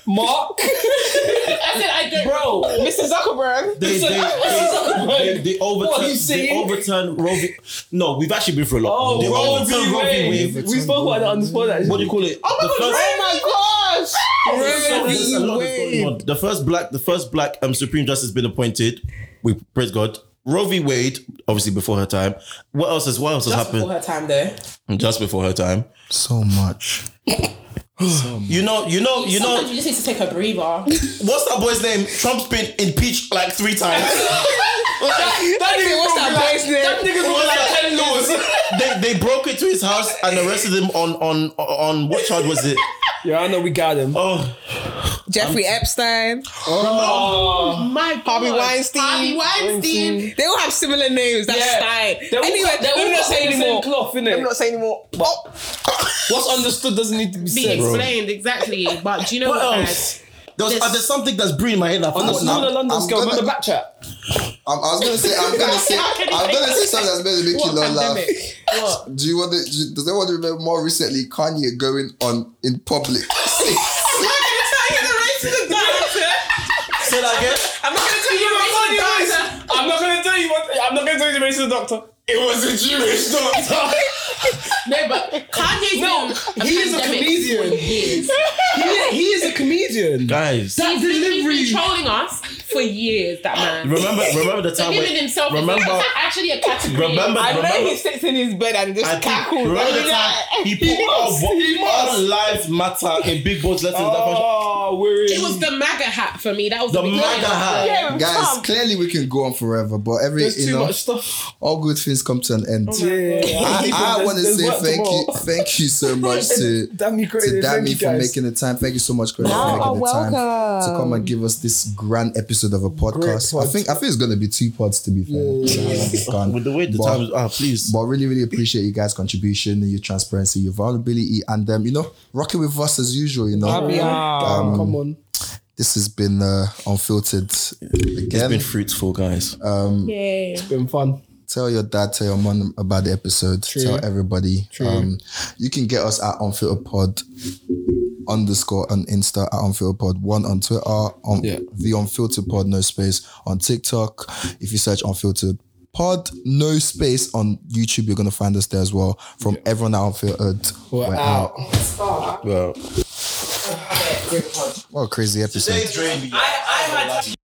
Mark.
I said I don't.
[laughs] Bro,
Mr. Zuckerberg.
[laughs]
They, they, they, they, they
What are
overturn.
you
They
saying?
overturn Roe v. No, we've actually been through a lot.
oh,
they
Roe
overturned
v. Wade.
Wade.
We spoke about that on the spot.
What do you call it? Oh my god!
Oh my gosh!
So there's a lot
Roe
that's
v.
going
Wade.
on. The first black, the first black um, Supreme Justice has been appointed. We praise God. Roe v. Wade, obviously before her time. What else has what else has happened
her time there.
just before her time?
So much.
You know, you know, you know.
Sometimes you just need to take a breather.
[laughs]
What's that boy's name? Trump's been impeached like three times.
That nigga was that boy's name.
they, they broke into his house and arrested him on on on what charge was it?
Yeah, I know we got him.
Oh,
Jeffrey Epstein.
Oh.
My
Harvey
God.
Weinstein.
Harvey Weinstein.
They all have similar names. That's
Yeah.
Stein.
They all
Anyway,
cut- they
let
all
me not
cut
say
from the same
anymore.
cloth, innit?
Let me not say anymore. Oh,
What's understood doesn't need to be
Be
said.
explained exactly. But do you know
what
what,
else? There was,
This-
uh, there's something that's brewing in my head. I
On the
forgot
Luna
now.
London
I'm
scale,
gonna-
remember back chat?
I'm, Um, I was gonna say. I'm
[laughs]
gonna say. I'm gonna say something that's going to make you not laugh. Do you want to? Do you, does anyone remember more recently Kanye going on
[laughs]
in public?
Say that again.
I'm not gonna tell you what doctor. I'm not gonna tell you what. I'm not gonna tell you the racist doctor. It was a Jewish doctor.
No, but Kanye's no,
he is a comedian.
Years.
he, he is a comedian.
Guys,
He's been- He's been trolling us for years. That man.
remember remember the
So
time
him
when
and himself. Remember, is
remember
that actually a category.
remember
I know he
remember.
sits in his bed and
I
just
think,
cackles.
remember the
Like,
time he put out all lives matter in big bold letters.
Oh are wearing.
It was the MAGA hat for me. That was
The
the big
MAGA hat.
Yeah,
Guys,
Trump.
clearly we can go on forever, but every
There's
you
too
know,
much Oh stuff.
all good things come to an end.
Yeah,
I, I
There's-
want to
there's
say
work
thank you,
tomorrow.
thank
[laughs]
you so much to
Damn you,
to
creative. Thank
Dami
you
for
guys.
making the time. Thank you so much, Chris,
No,
for making
oh,
the time to come and give us this grand episode of a podcast. I
pod. Mm.
think I think it's gonna be two pods to be fair. It's gone.
With the way the
But-
time is, ah, please.
But really, really appreciate you guys' contribution, your transparency, your vulnerability, and um, you know, rocking with us as usual. You know,
Um, Come on.
this has been uh, unfiltered
It's
again.
been fruitful, guys. Uh,
yeah.
It's been fun.
tell your dad, tell your mom about the episode. Tell everybody. Um, you can get us at Unfiltered Pod underscore on Insta at Unfiltered Pod one on Twitter on
Yeah.
the Unfiltered Pod no space on TikTok. If you search Unfiltered Pod no space on YouTube, you're gonna find us there as well. From everyone at Unfiltered, we're, out.
Well,
What a crazy episode.
drain.